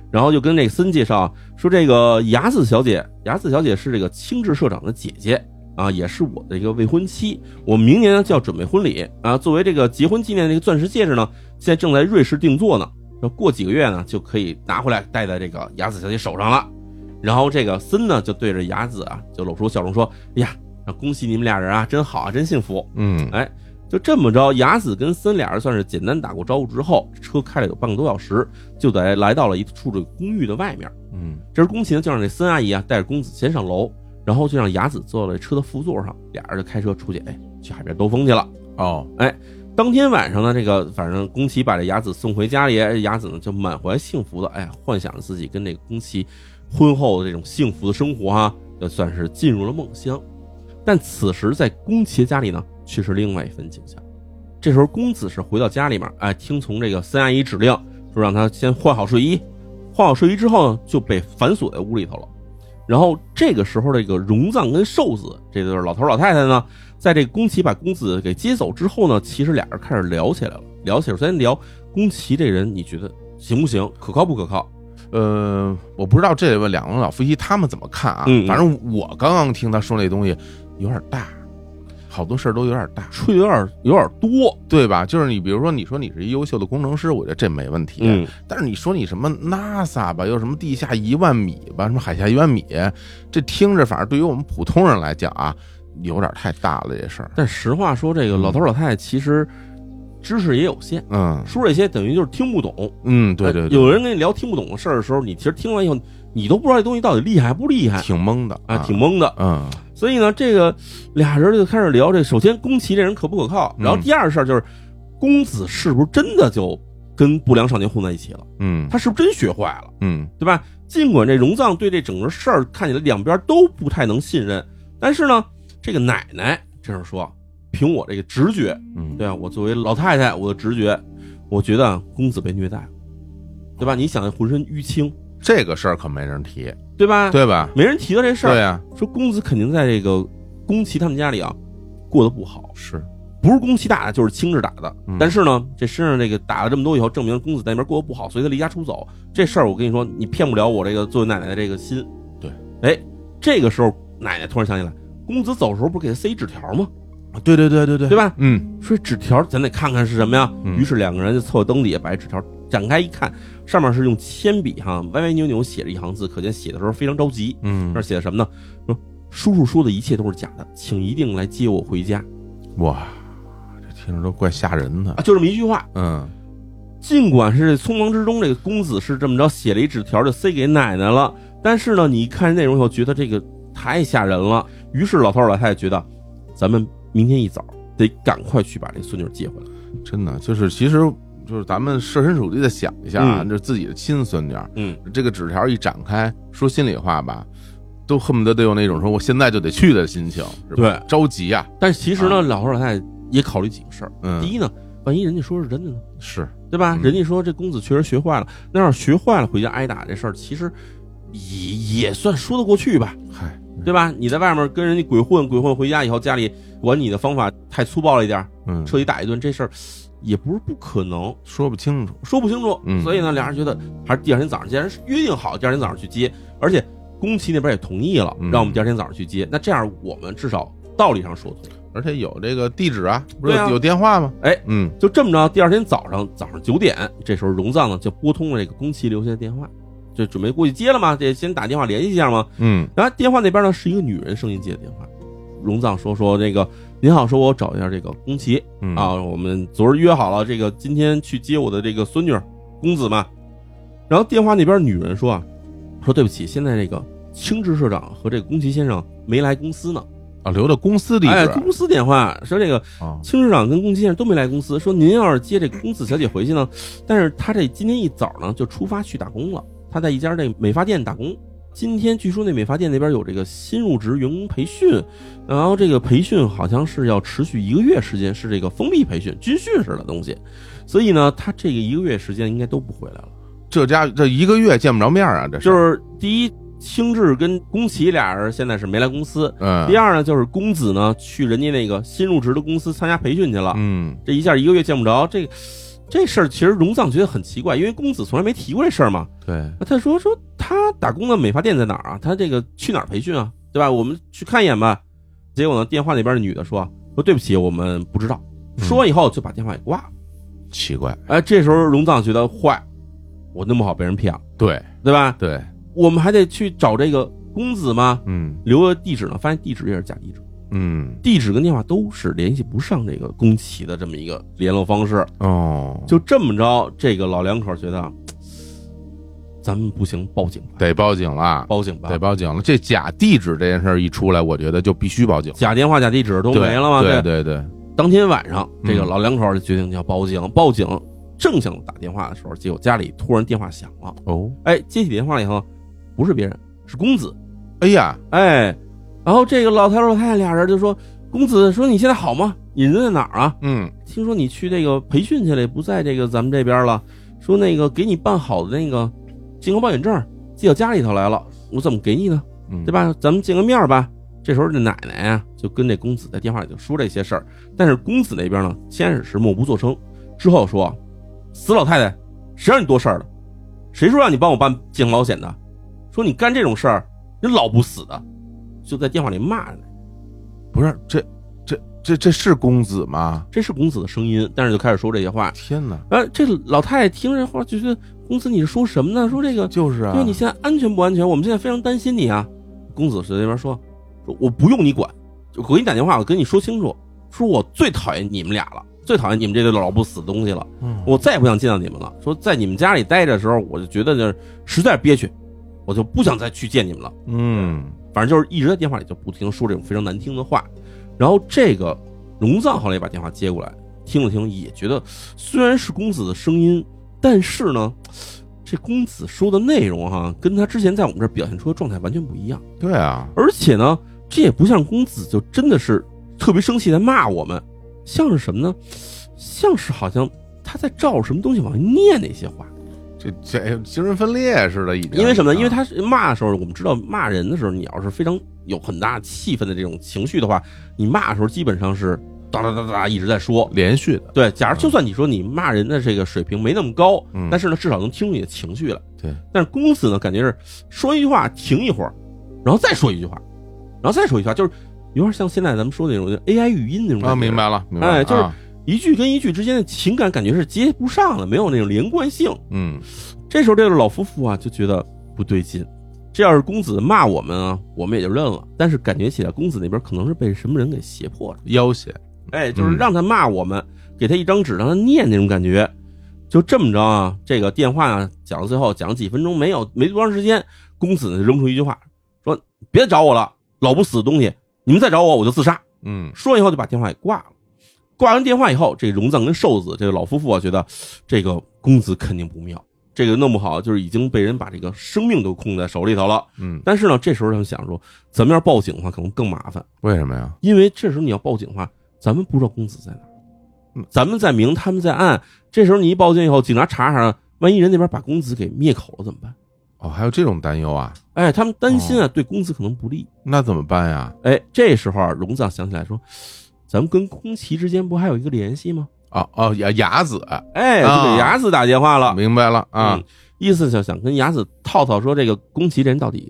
Speaker 2: 然后就跟这个森介绍啊说，这个雅子小姐，雅子小姐是这个清志社长的姐姐啊，也是我的一个未婚妻。我明年呢就要准备婚礼啊，作为这个结婚纪念这个钻石戒指呢，现在正在瑞士定做呢。说过几个月呢就可以拿回来戴在这个雅子小姐手上了。然后这个森呢就对着雅子啊就露出笑容说：“哎呀，那恭喜你们俩人啊，真好啊，真幸福。”
Speaker 1: 嗯
Speaker 2: 哎，就这么着，雅子跟森俩人算是简单打过招呼之后，车开了有半个多小时，就在来到了一处这个公寓的外面。
Speaker 1: 嗯
Speaker 2: 这时宫崎呢就让这森阿姨啊带着公子先上楼，然后就让雅子坐到这车的副座上，俩人就开车出去，哎，去海边兜风去了。
Speaker 1: 哦，
Speaker 2: 当天晚上呢，这个反正宫崎把这雅子送回家里，哎雅子呢就满怀幸福的，哎，幻想着自己跟这个宫崎婚后的这种幸福的生活哈、就算是进入了梦乡。但此时在宫崎的家里呢，却是另外一番景象。这时候公子是回到家里面，哎，听从这个森阿姨指令，说让他先换好睡衣。换好睡衣之后呢，就被反锁在屋里头了。然后这个时候，这个荣藏跟寿子，这对老头老太太呢，在这个宫崎把公子给接走之后呢，其实俩人开始聊起来了。聊起来，首先聊宫崎这人，你觉得行不行？可靠不可靠？
Speaker 1: 呃，我不知道这位两位老夫妻他们怎么看啊，
Speaker 2: 嗯嗯
Speaker 1: 反正我刚刚听他说那东西有点大，好多事儿都有点大，
Speaker 2: 吹有点有点多，
Speaker 1: 对吧？就是你比如说，你说你是一优秀的工程师，我觉得这没问题，
Speaker 2: 嗯，
Speaker 1: 但是你说你什么 NASA 吧，又什么地下一万米吧，什么海下一万米，这听着反正对于我们普通人来讲啊，有点太大了这事儿。
Speaker 2: 但实话说，这个老头老太太其实知识也有限，
Speaker 1: 嗯
Speaker 2: 说这些等于就是听不懂。哎
Speaker 1: 嗯，对对对，
Speaker 2: 有人跟你聊听不懂的事儿的时候，你其实听完以后，你都不知道这东西到底厉害不厉害
Speaker 1: 挺懵的
Speaker 2: 啊，挺懵的。
Speaker 1: 嗯
Speaker 2: 所以呢，这个俩人就开始聊这。首先，宫崎这人可不可靠？
Speaker 1: 嗯
Speaker 2: 然后第二事儿就是，公子是不是真的就跟不良少年混在一起了？
Speaker 1: 嗯
Speaker 2: 他是不是真学坏了，
Speaker 1: 嗯
Speaker 2: 对吧？尽管这荣藏对这整个事儿看起来两边都不太能信任，但是呢，这个奶奶这样说，凭我这个直觉，
Speaker 1: 嗯，
Speaker 2: 对吧、我作为老太太，我的直觉，我觉得公子被虐待了，对吧？你想，浑身淤青，
Speaker 1: 这个事儿可没人提，
Speaker 2: 对吧？，
Speaker 1: 对吧？
Speaker 2: 没人提到这事
Speaker 1: 对啊
Speaker 2: 儿，
Speaker 1: 呀，
Speaker 2: 说公子肯定在这个宫崎他们家里啊过得不好。
Speaker 1: 是，
Speaker 2: 不是宫崎打的，就是青雉打的
Speaker 1: 嗯。
Speaker 2: 但是呢，这身上这个打了这么多以后，证明公子那边过得不好，所以他离家出走。这事儿我跟你说，你骗不了我这个作为奶奶的这个心。
Speaker 1: 对，
Speaker 2: 哎，这个时候奶奶突然想起来，公子走的时候不是给他塞一纸条吗？
Speaker 1: 对对对对对
Speaker 2: 对吧？
Speaker 1: 嗯
Speaker 2: 说纸条咱得看看是什么呀。
Speaker 1: 嗯
Speaker 2: 于是两个人就凑到灯底下把这纸条展开一看，上面是用铅笔哈歪歪扭扭写着一行字，可见写的时候非常着急。
Speaker 1: 嗯
Speaker 2: 那，写的什么呢？说叔叔说的一切都是假的，请一定来接我回家
Speaker 1: 哇，这听着都怪吓人的
Speaker 2: 啊！，就这么一句话。
Speaker 1: 嗯
Speaker 2: 尽管是这匆忙之中，这个公子是这么着写了一纸条就塞给奶奶了，但是呢，你一看内容以后，觉得这个太吓人了。于是老头儿老太太觉得，咱们明天一早得赶快去把这孙女接回来。
Speaker 1: 嗯真的就是，其实就是咱们设身处地的想一下啊，
Speaker 2: 嗯
Speaker 1: 这自己的亲孙女儿，
Speaker 2: 嗯，
Speaker 1: 这个纸条一展开，说心里话吧，都恨不得得有那种说我现在就得去的心情，是吧
Speaker 2: 对
Speaker 1: 着急啊，
Speaker 2: 但是其实呢，老头儿老太太也考虑几个事儿。第
Speaker 1: 嗯，
Speaker 2: 一呢，万一人家说是真的呢，
Speaker 1: 是，
Speaker 2: 对吧？
Speaker 1: 嗯
Speaker 2: 人家说这公子确实学坏了，那要是学坏了回家挨打这事儿，其实也也算说得过去吧。
Speaker 1: 嗨，
Speaker 2: 对吧？你在外面跟人家鬼混，鬼混回家以后，家里管你的方法太粗暴了一点儿，
Speaker 1: 嗯，
Speaker 2: 彻底打一顿，这事儿也不是不可能，
Speaker 1: 说不清楚，
Speaker 2: 说不清楚。
Speaker 1: 嗯
Speaker 2: 所以呢，俩人觉得还是第二天早上，既然是约定好第二天早上去接，而且宫崎那边也同意了
Speaker 1: 嗯，
Speaker 2: 让我们第二天早上去接。那这样我们至少道理上说通。
Speaker 1: 而且有这个地址啊，不是
Speaker 2: 对
Speaker 1: 有
Speaker 2: 啊
Speaker 1: 有电话吗？
Speaker 2: 哎，
Speaker 1: 嗯，
Speaker 2: 就这么着，第二天早上早上九点，这时候荣藏呢就拨通了这个宫崎留下的电话，就准备过去接了嘛，这先打电话联系一下嘛。
Speaker 1: 嗯
Speaker 2: 然后电话那边呢是一个女人声音接的电话，荣藏说说这个您好，说我找一下这个宫崎。
Speaker 1: 嗯
Speaker 2: 啊，，我们昨儿约好了，这个今天去接我的这个孙女儿公子嘛。然后电话那边女人说啊，说对不起，现在这个青雉社长和这个宫崎先生没来公司呢。
Speaker 1: 啊，留的公司地址
Speaker 2: 哎，公司电话说这个
Speaker 1: 啊，
Speaker 2: 青市长跟宫崎先生都没来公司，说您要是接这公子小姐回去呢，但是他这今天一早呢就出发去打工了，他在一家这美发店打工。今天据说那美发店那边有这个新入职员工培训，然后这个培训好像是要持续一个月时间，是这个封闭培训、军训式的东西，所以呢，他这个一个月时间应该都不回来了。
Speaker 1: 这家这一个月见不着面啊，这，
Speaker 2: 就是是第一，青雉跟宫崎俩人现在是没来公司；
Speaker 1: 嗯，
Speaker 2: 第二呢，就是公子呢去人家那个新入职的公司参加培训去了，
Speaker 1: 嗯
Speaker 2: 这一下一个月见不着，这个这事儿其实荣藏觉得很奇怪，因为公子从来没提过这事儿嘛。
Speaker 1: 对，
Speaker 2: 那他说说他打工的美发店在哪儿啊？他这个去哪儿培训啊？对吧？我们去看一眼吧。结果呢，电话那边的女的说说对不起，我们不知道。
Speaker 1: 嗯
Speaker 2: 说完以后就把电话给挂了。
Speaker 1: 奇怪，
Speaker 2: 哎，这时候荣藏觉得坏，我那么好被人骗了，
Speaker 1: 对
Speaker 2: 对吧？
Speaker 1: 对，
Speaker 2: 我们还得去找这个公子吗？
Speaker 1: 嗯
Speaker 2: 留了地址呢，发现地址也是假地址，
Speaker 1: 嗯
Speaker 2: 地址跟电话都是联系不上这个宫崎的这么一个联络方式。啊
Speaker 1: 哦，
Speaker 2: 就这么着，这个老两口觉得，咱们不行，报警吧，
Speaker 1: 得报警了。
Speaker 2: 报警吧
Speaker 1: 得。报警了！这假地址这件事儿一出来，我觉得就必须报警。
Speaker 2: 假电话、假地址都
Speaker 1: 对
Speaker 2: 没了嘛？
Speaker 1: 对对对，
Speaker 2: 当天晚上，
Speaker 1: 嗯
Speaker 2: 这个老两口就决定要报警。报警，正想打电话的时候，结果家里突然电话响了。
Speaker 1: 哦，
Speaker 2: 哎，接起电话来以后，不是别人，是公子。
Speaker 1: 哎呀，
Speaker 2: 哎，然后这个老头老太太俩人就说：“公子，说你现在好吗？你人在哪儿啊？
Speaker 1: 嗯
Speaker 2: 听说你去这个培训去了，也不在这个咱们这边了。说那个给你办好的那个健康保险证寄到家里头来了，我怎么给你呢？
Speaker 1: 嗯，
Speaker 2: 对？吧？咱们见个面儿吧。这时候这奶奶啊，就跟这公子在电话里就说这些事儿，但是公子那边呢，先是是默不作声，之后说：“死老太太，谁让你多事儿了？谁说让你帮我办健康保险的？说你干这种事儿，你老不死的。”就在电话里骂人。
Speaker 1: 不是这这这这是公子吗？
Speaker 2: 这是公子的声音，但是就开始说这些话。
Speaker 1: 天哪，
Speaker 2: 然哎后这老太太听这话，就觉得公子你是说什么呢？说这个，
Speaker 1: 就是啊，
Speaker 2: 对你现在安全不安全？我们现在非常担心你啊。公子是那边说，说我不用你管，我给你打电话，我跟你说清楚，说我最讨厌你们俩了，最讨厌你们这对老不死的东西了，
Speaker 1: 嗯
Speaker 2: 我再也不想见到你们了。说在你们家里待着的时候，我就觉得就是实在憋屈，我就不想再去见你们了。
Speaker 1: 嗯
Speaker 2: 反正就是一直在电话里就不停地说这种非常难听的话。然后这个荣藏后来也把电话接过来，听了听，也觉得虽然是公子的声音，但是呢，这公子说的内容哈、跟他之前在我们这儿表现出的状态完全不一样。
Speaker 1: 对啊，
Speaker 2: 而且呢，这也不像公子就真的是特别生气在骂我们，像是什么呢？像是好像他在照着什么东西往外念那些话。
Speaker 1: 这这精神分裂似的，已经。
Speaker 2: 因为什么
Speaker 1: 啊
Speaker 2: 呢？因为他是骂的时候，我们知道骂人的时候，你要是非常有很大气愤的这种情绪的话，你骂的时候基本上是哒哒哒哒哒一直在说。
Speaker 1: 连续的，
Speaker 2: 对，假如就算你说你骂人的这个水平没那么高，
Speaker 1: 嗯
Speaker 2: 但是呢，至少能听出你的情绪来。
Speaker 1: 对，
Speaker 2: 但是公子呢，感觉是说一句话停一会儿，然后再说一句话，然后再说一句话，就是有点像现在咱们说的那种 AI 语音那种感觉。
Speaker 1: 啊，明白了，明白了，
Speaker 2: 嗯哎就是
Speaker 1: 啊
Speaker 2: 一句跟一句之间的情感感觉是接不上了，没有那种连贯性。
Speaker 1: 嗯
Speaker 2: 这时候这个老夫妇啊就觉得不对劲，这要是公子骂我们啊，我们也就认了。但是感觉起来公子那边可能是被什么人给胁迫了，
Speaker 1: 要挟，
Speaker 2: 哎，就是
Speaker 1: 嗯
Speaker 2: 让他骂我们，给他一张纸让他念那种感觉。就这么着啊，这个电话啊讲到最后讲了几分钟，没有没多长时间，公子呢扔出一句话说：“别找我了，老不死的东西，你们再找我我就自杀。”
Speaker 1: 嗯
Speaker 2: 说完以后就把电话给挂了。挂完电话以后，这荣藏跟寿子这个老夫妇啊，觉得这个公子肯定不妙，这个弄不好就是已经被人把这个生命都控在手里头了。
Speaker 1: 嗯，
Speaker 2: 但是呢，这时候他们想说，咱们要是报警的话，可能更麻烦，
Speaker 1: 为什么呀？
Speaker 2: 因为这时候你要报警的话，咱们不知道公子在哪
Speaker 1: 嗯
Speaker 2: 儿，咱们在明，他们在暗。这时候你一报警以后，警察查查，万一人那边把公子给灭口了怎么办？
Speaker 1: 哦，还有这种担忧啊？
Speaker 2: 哎，他们担心啊，对公子可能不利。
Speaker 1: 那怎么办呀？
Speaker 2: 哎，这时候啊，荣藏想起来说，咱们跟宫崎之间不还有一个联系吗？
Speaker 1: 哦哦，雅雅子，
Speaker 2: 哎，就
Speaker 1: 啊
Speaker 2: 给雅子打电话了
Speaker 1: 明白了啊
Speaker 2: 嗯，意思就想跟雅子套套说这个宫崎这人到底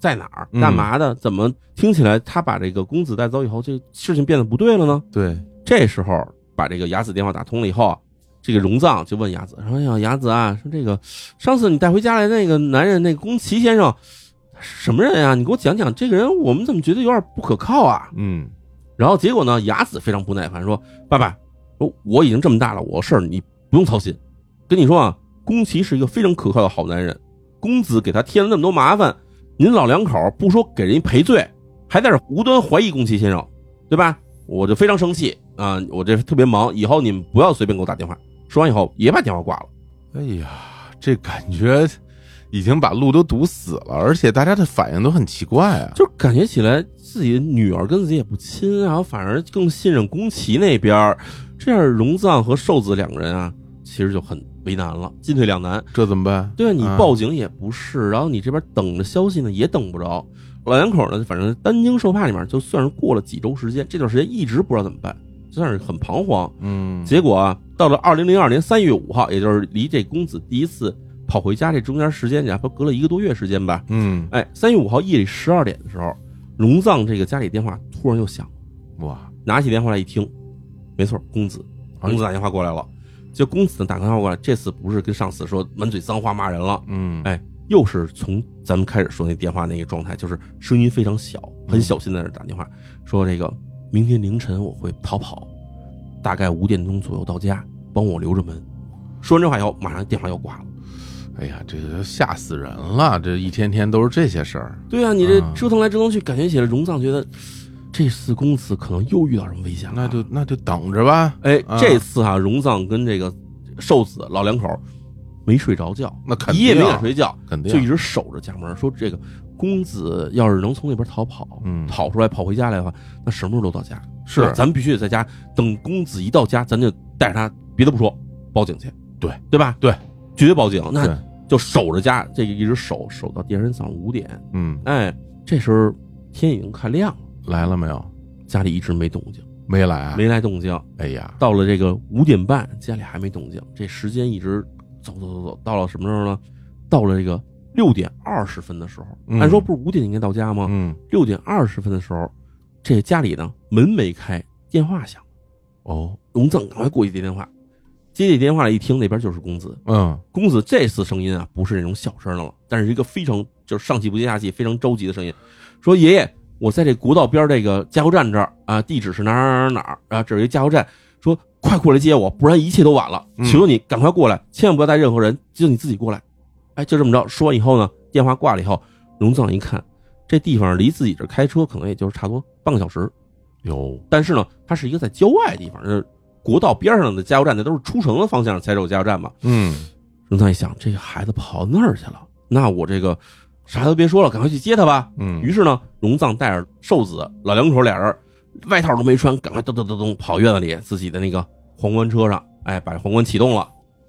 Speaker 2: 在哪儿、
Speaker 1: 嗯
Speaker 2: 干嘛的？怎么听起来他把这个公子带走以后，这事情变得不对了呢？
Speaker 1: 对，
Speaker 2: 这时候把这个雅子电话打通了以后啊，这个荣藏就问雅子说：“哎呀，雅子啊，说这个上次你带回家来那个男人，那个宫崎先生他是什么人啊？你给我讲讲这个人，我们怎么觉得有点不可靠啊？”
Speaker 1: 嗯
Speaker 2: 然后结果呢，雅子非常不耐烦说：“爸爸，说我已经这么大了，我事儿你不用操心。跟你说啊，宫崎是一个非常可靠的好男人，公子给他添了那么多麻烦，您老两口不说给人赔罪，还在这无端怀疑宫崎先生，对吧？我就非常生气啊、我这特别忙，以后你们不要随便给我打电话。”说完以后也把电话挂了。
Speaker 1: 哎呀，这感觉已经把路都堵死了，而且大家的反应都很奇怪啊。
Speaker 2: 就感觉起来自己的女儿跟自己也不亲，然后反而更信任宫崎那边儿，这样荣藏和寿子两个人啊，其实就很为难了，进退两难。
Speaker 1: 这怎么办？
Speaker 2: 对啊，你
Speaker 1: 啊
Speaker 2: 报警也不是，然后你这边等着消息呢也等不着，老两口呢，反正担惊受怕里面，就算是过了几周时间，这段时间一直不知道怎么办，就算是很彷徨。
Speaker 1: 嗯，
Speaker 2: 结果啊，到了二零零二年三月五号，也就是离这公子第一次跑回家这中间时间，哪怕隔了一个多月时间吧，
Speaker 1: 嗯，
Speaker 2: 哎，三月五号夜里十二点的时候，荣藏这个家里电话突然又响了，
Speaker 1: 哇，
Speaker 2: 拿起电话来一听，没错，公子，公子打电话过来了。就公子呢打电话过来，这次不是跟上次说满嘴脏话骂人了，
Speaker 1: 嗯，
Speaker 2: 哎，又是从咱们开始说那电话那个状态，就是声音非常小，很小心在那打电话，说这个明天凌晨我会逃跑，大概五点钟左右到家，帮我留着门。说完这话以后，马上电话又挂了。
Speaker 1: 哎呀，这个吓死人了！这一天天都是这些事儿。
Speaker 2: 对啊，你这
Speaker 1: 啊
Speaker 2: 折腾来折腾去，感觉起来荣藏觉得这次公子可能又遇到什么危险了。
Speaker 1: 那就那就等着吧。
Speaker 2: 哎，
Speaker 1: 啊
Speaker 2: 这次哈、荣藏跟这个寿子老两口没睡着觉，
Speaker 1: 那肯
Speaker 2: 一
Speaker 1: 定啊
Speaker 2: 夜没敢睡觉，
Speaker 1: 肯定啊
Speaker 2: 就一直守着家门，说这个公子要是能从那边逃跑，
Speaker 1: 嗯
Speaker 2: 逃出来跑回家来的话，那什么时候都到家。
Speaker 1: 是
Speaker 2: 对咱们必须得在家等公子一到家，咱就带着他，别的不说，报警去。
Speaker 1: 对
Speaker 2: 对吧？
Speaker 1: 对，
Speaker 2: 绝对报警。那
Speaker 1: 对，
Speaker 2: 就守着家，这个一直守守到第二天早上五点。
Speaker 1: 嗯，
Speaker 2: 哎，这时候天已经快亮了，
Speaker 1: 来了没有？
Speaker 2: 家里一直没动静，
Speaker 1: 没来啊？
Speaker 2: 没来动静。
Speaker 1: 哎呀，
Speaker 2: 到了这个五点半，家里还没动静，这时间一直走走走走，到了什么时候呢？到了这个六点二十分的时候，
Speaker 1: 嗯
Speaker 2: 按说不是五点应该到家吗？
Speaker 1: 嗯，
Speaker 2: 六点二十分的时候，这家里呢门没开，电话响，
Speaker 1: 哦，
Speaker 2: 龙藏赶快过去接电话。接起电话来一听，那边就是公子。
Speaker 1: 嗯，
Speaker 2: 公子这次声音啊，不是那种小声的了，但是一个非常就是上气不接下气、非常着急的声音，说：“爷爷，我在这国道边儿这个加油站这儿啊，地址是哪儿哪儿哪儿哪儿啊，这儿有一加油站，说快过来接我，不然一切都晚了。
Speaker 1: 嗯
Speaker 2: 求求你赶快过来，千万不要带任何人，就你自己过来。”哎，就这么着。说完以后呢，电话挂了以后，龙藏一看，这地方离自己这开车可能也就是差不多半个小时，
Speaker 1: 有
Speaker 2: 但是呢，它是一个在郊外的地方，就是国道边上的加油站，那都是出城的方向才有加油站嘛。
Speaker 1: 嗯
Speaker 2: 荣藏一想，这个孩子跑那儿去了，那我这个啥都别说了，赶快去接他吧。
Speaker 1: 嗯，
Speaker 2: 于是呢，荣藏带着寿子老两口俩人，外套都没穿，赶快咚咚咚咚跑院子里自己的那个皇冠车上，哎，把皇冠启动了，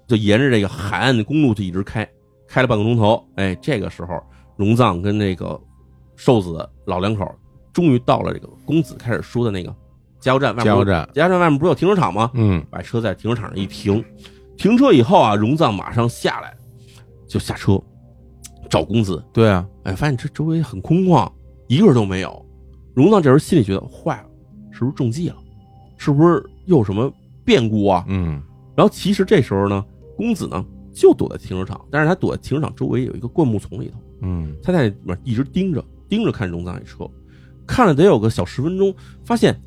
Speaker 2: 就沿着这个海岸的公路就一直开，开了半个钟头，哎，这个时候荣藏跟那个寿子老两口终于到了这个公子开始说的那个加油站外面，
Speaker 1: 加油，站，
Speaker 2: 加油站外面不是有停车场吗？
Speaker 1: 嗯
Speaker 2: 把车在停车场上一停，停车以后啊，荣藏马上下来就下车找公子，
Speaker 1: 对啊，
Speaker 2: 哎，发现这周围很空旷，一个人都没有。荣藏这时候心里觉得坏了，是不是中计了？是不是又有什么变故啊？
Speaker 1: 嗯
Speaker 2: 然后其实这时候呢，公子呢就躲在停车场，但是他躲在停车场周围有一个灌木丛里头，
Speaker 1: 嗯
Speaker 2: 他在里面一直盯着，盯着看荣藏这车，看了得有个小十分钟，发现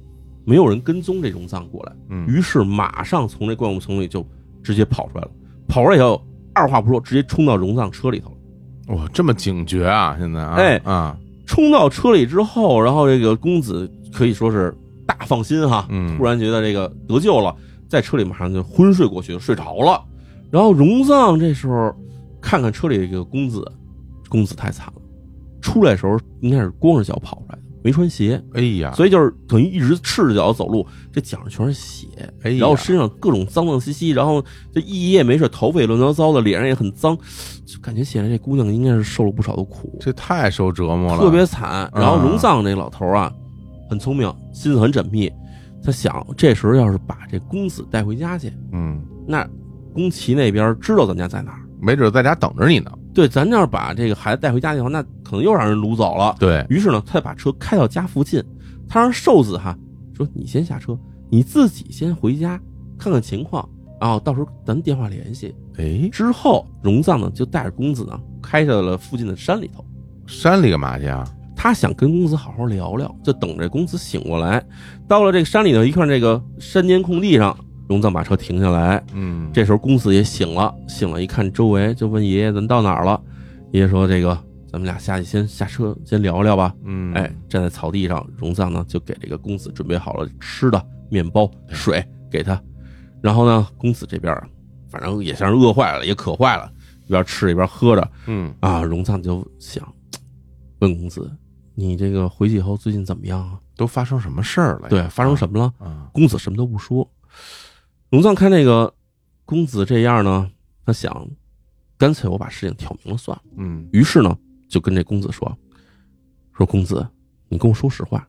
Speaker 2: 没有人跟踪这荣藏过来。
Speaker 1: 嗯，
Speaker 2: 于是马上从这灌木丛里就直接跑出来了，跑出来以后，二话不说，直接冲到荣藏车里头了。
Speaker 1: 哇，这么警觉啊，现在啊，
Speaker 2: 哎
Speaker 1: 啊，
Speaker 2: 冲到车里之后，然后这个公子可以说是大放心哈，
Speaker 1: 嗯
Speaker 2: 突然觉得这个得救了，在车里马上就昏睡过去，睡着了。然后荣藏这时候看看车里这个公子，公子太惨了，出来的时候应该是光着脚跑出来的，没穿鞋，
Speaker 1: 哎呀，
Speaker 2: 所以就是等于一直赤着脚走路，这脚上全是血，
Speaker 1: 哎呀
Speaker 2: 然后身上各种脏脏兮兮，然后这一夜没睡，头发也乱糟糟的，脸上也很脏，就感觉显然这姑娘应该是受了不少的苦，
Speaker 1: 这太受折磨了，
Speaker 2: 特别惨。
Speaker 1: 嗯
Speaker 2: 然后荣藏这老头啊，很聪明，心思很缜密，他想这时候要是把这公子带回家去，
Speaker 1: 嗯，
Speaker 2: 那宫崎那边知道咱家在哪儿，
Speaker 1: 没准在家等着你呢，
Speaker 2: 对，咱要是把这个孩子带回家的话，那可能又让人掳走了。
Speaker 1: 对，
Speaker 2: 于是呢，他把车开到家附近，他让瘦子哈说：“你先下车，你自己先回家看看情况，然后到时候咱电话联系。
Speaker 1: 哎”，
Speaker 2: 之后，荣藏呢就带着公子呢开到了附近的山里头，
Speaker 1: 山里干嘛去啊？
Speaker 2: 他想跟公子好好聊聊，就等着公子醒过来。到了这个山里头，一看这个山间空地上，荣藏把车停下来。
Speaker 1: 嗯，
Speaker 2: 这时候公子也醒了，醒了，一看周围就问爷爷：“咱到哪儿了？”爷爷说：“这个咱们俩下去先下车，先聊聊吧。”
Speaker 1: 嗯，
Speaker 2: 哎，，站在草地上，荣藏呢就给这个公子准备好了吃的、面包、水给他。然后呢，公子这边儿反正也像是饿坏了，也渴坏了，一边吃一边喝着
Speaker 1: 嗯
Speaker 2: 啊。荣藏就想问公子：“你这个回去以后最近怎么样啊？
Speaker 1: 都发生什么事儿哎了呀？
Speaker 2: 对，发生什么了
Speaker 1: 啊？”？
Speaker 2: 公子什么都不说。荣藏看那个公子这样呢，他想，干脆我把事情挑明了算了。
Speaker 1: 嗯
Speaker 2: 于是呢，就跟这公子说：“说公子，你跟我说实话，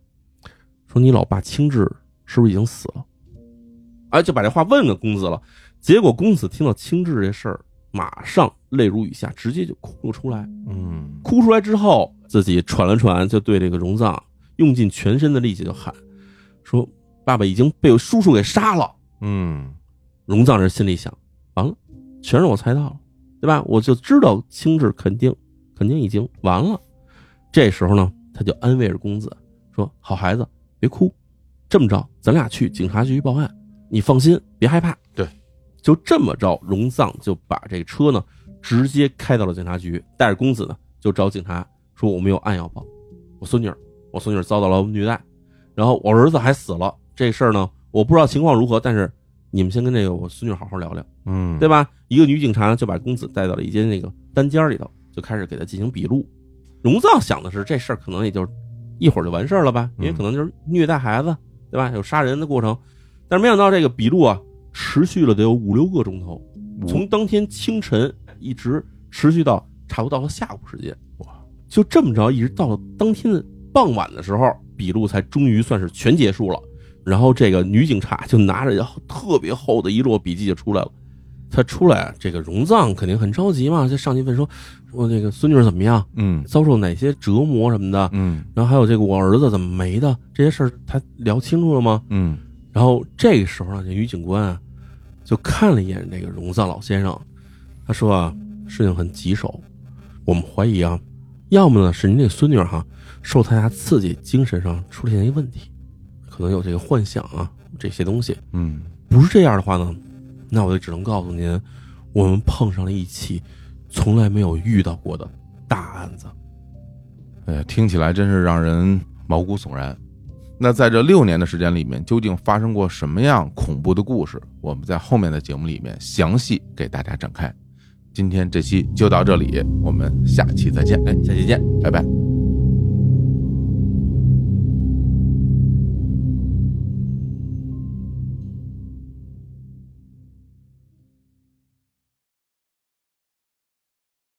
Speaker 2: 说你老爸清志是不是已经死了？”哎，就把这话问问公子了。结果公子听到清志这事儿，马上泪如雨下，直接就哭了出来。
Speaker 1: 嗯，
Speaker 2: 哭出来之后，自己喘了喘，就对这个荣藏用尽全身的力气就喊：“说爸爸已经被我叔叔给杀了。”
Speaker 1: 嗯，
Speaker 2: 荣藏这心里想，完了，全让我猜到了，对吧？我就知道清志肯定肯定已经完了。这时候呢，他就安慰着公子说：“好孩子，别哭，这么着，咱俩去警察局报案，你放心，别害怕。”
Speaker 1: 对，
Speaker 2: 就这么着，荣藏就把这个车呢直接开到了警察局，带着公子呢就找警察说：“我们有案要报，我孙女儿，我孙女儿遭到了虐待，然后我儿子还死了，这事儿呢，我不知道情况如何，但是你们先跟这个我孙女好好聊聊，
Speaker 1: 嗯，
Speaker 2: 对吧？一个女警察呢就把公子带到了一间那个单间里头，就开始给他进行笔录。荣藏想的是这事儿可能也就一会儿就完事儿了吧，因为
Speaker 1: 嗯
Speaker 2: 可能就是虐待孩子，对吧？有杀人的过程，但是没想到这个笔录啊持续了得有五六个钟头，
Speaker 1: 五
Speaker 2: 从当天清晨一直持续到差不多到了下午时间，
Speaker 1: 哇，
Speaker 2: 就这么着，一直到了当天的傍晚的时候，笔录才终于算是全结束了。然后这个女警察就拿着特别厚的一摞笔记就出来了。她出来，这个荣藏肯定很着急嘛，就上去问说：“我这个孙女儿怎么样？
Speaker 1: 嗯
Speaker 2: 遭受哪些折磨什么的？
Speaker 1: 嗯
Speaker 2: 然后还有这个我儿子怎么没的？这些事儿他聊清楚了吗？”
Speaker 1: 嗯
Speaker 2: 然后这个时候呢，这女警官啊，就看了一眼那个荣藏老先生，他说啊，事情很棘手，我们怀疑啊，要么呢是您这孙女儿哈、受太大刺激，精神上出现一问题，可能有这个幻想啊这些东西；
Speaker 1: 嗯
Speaker 2: 不是这样的话呢，那我就只能告诉您，我们碰上了一起从来没有遇到过的大案子。
Speaker 1: 哎呀，听起来真是让人毛骨悚然。那在这六年的时间里面，究竟发生过什么样恐怖的故事？我们在后面的节目里面详细给大家展开。今天这期就到这里，我们下期再见。哎，
Speaker 2: 下期见。
Speaker 1: 拜拜。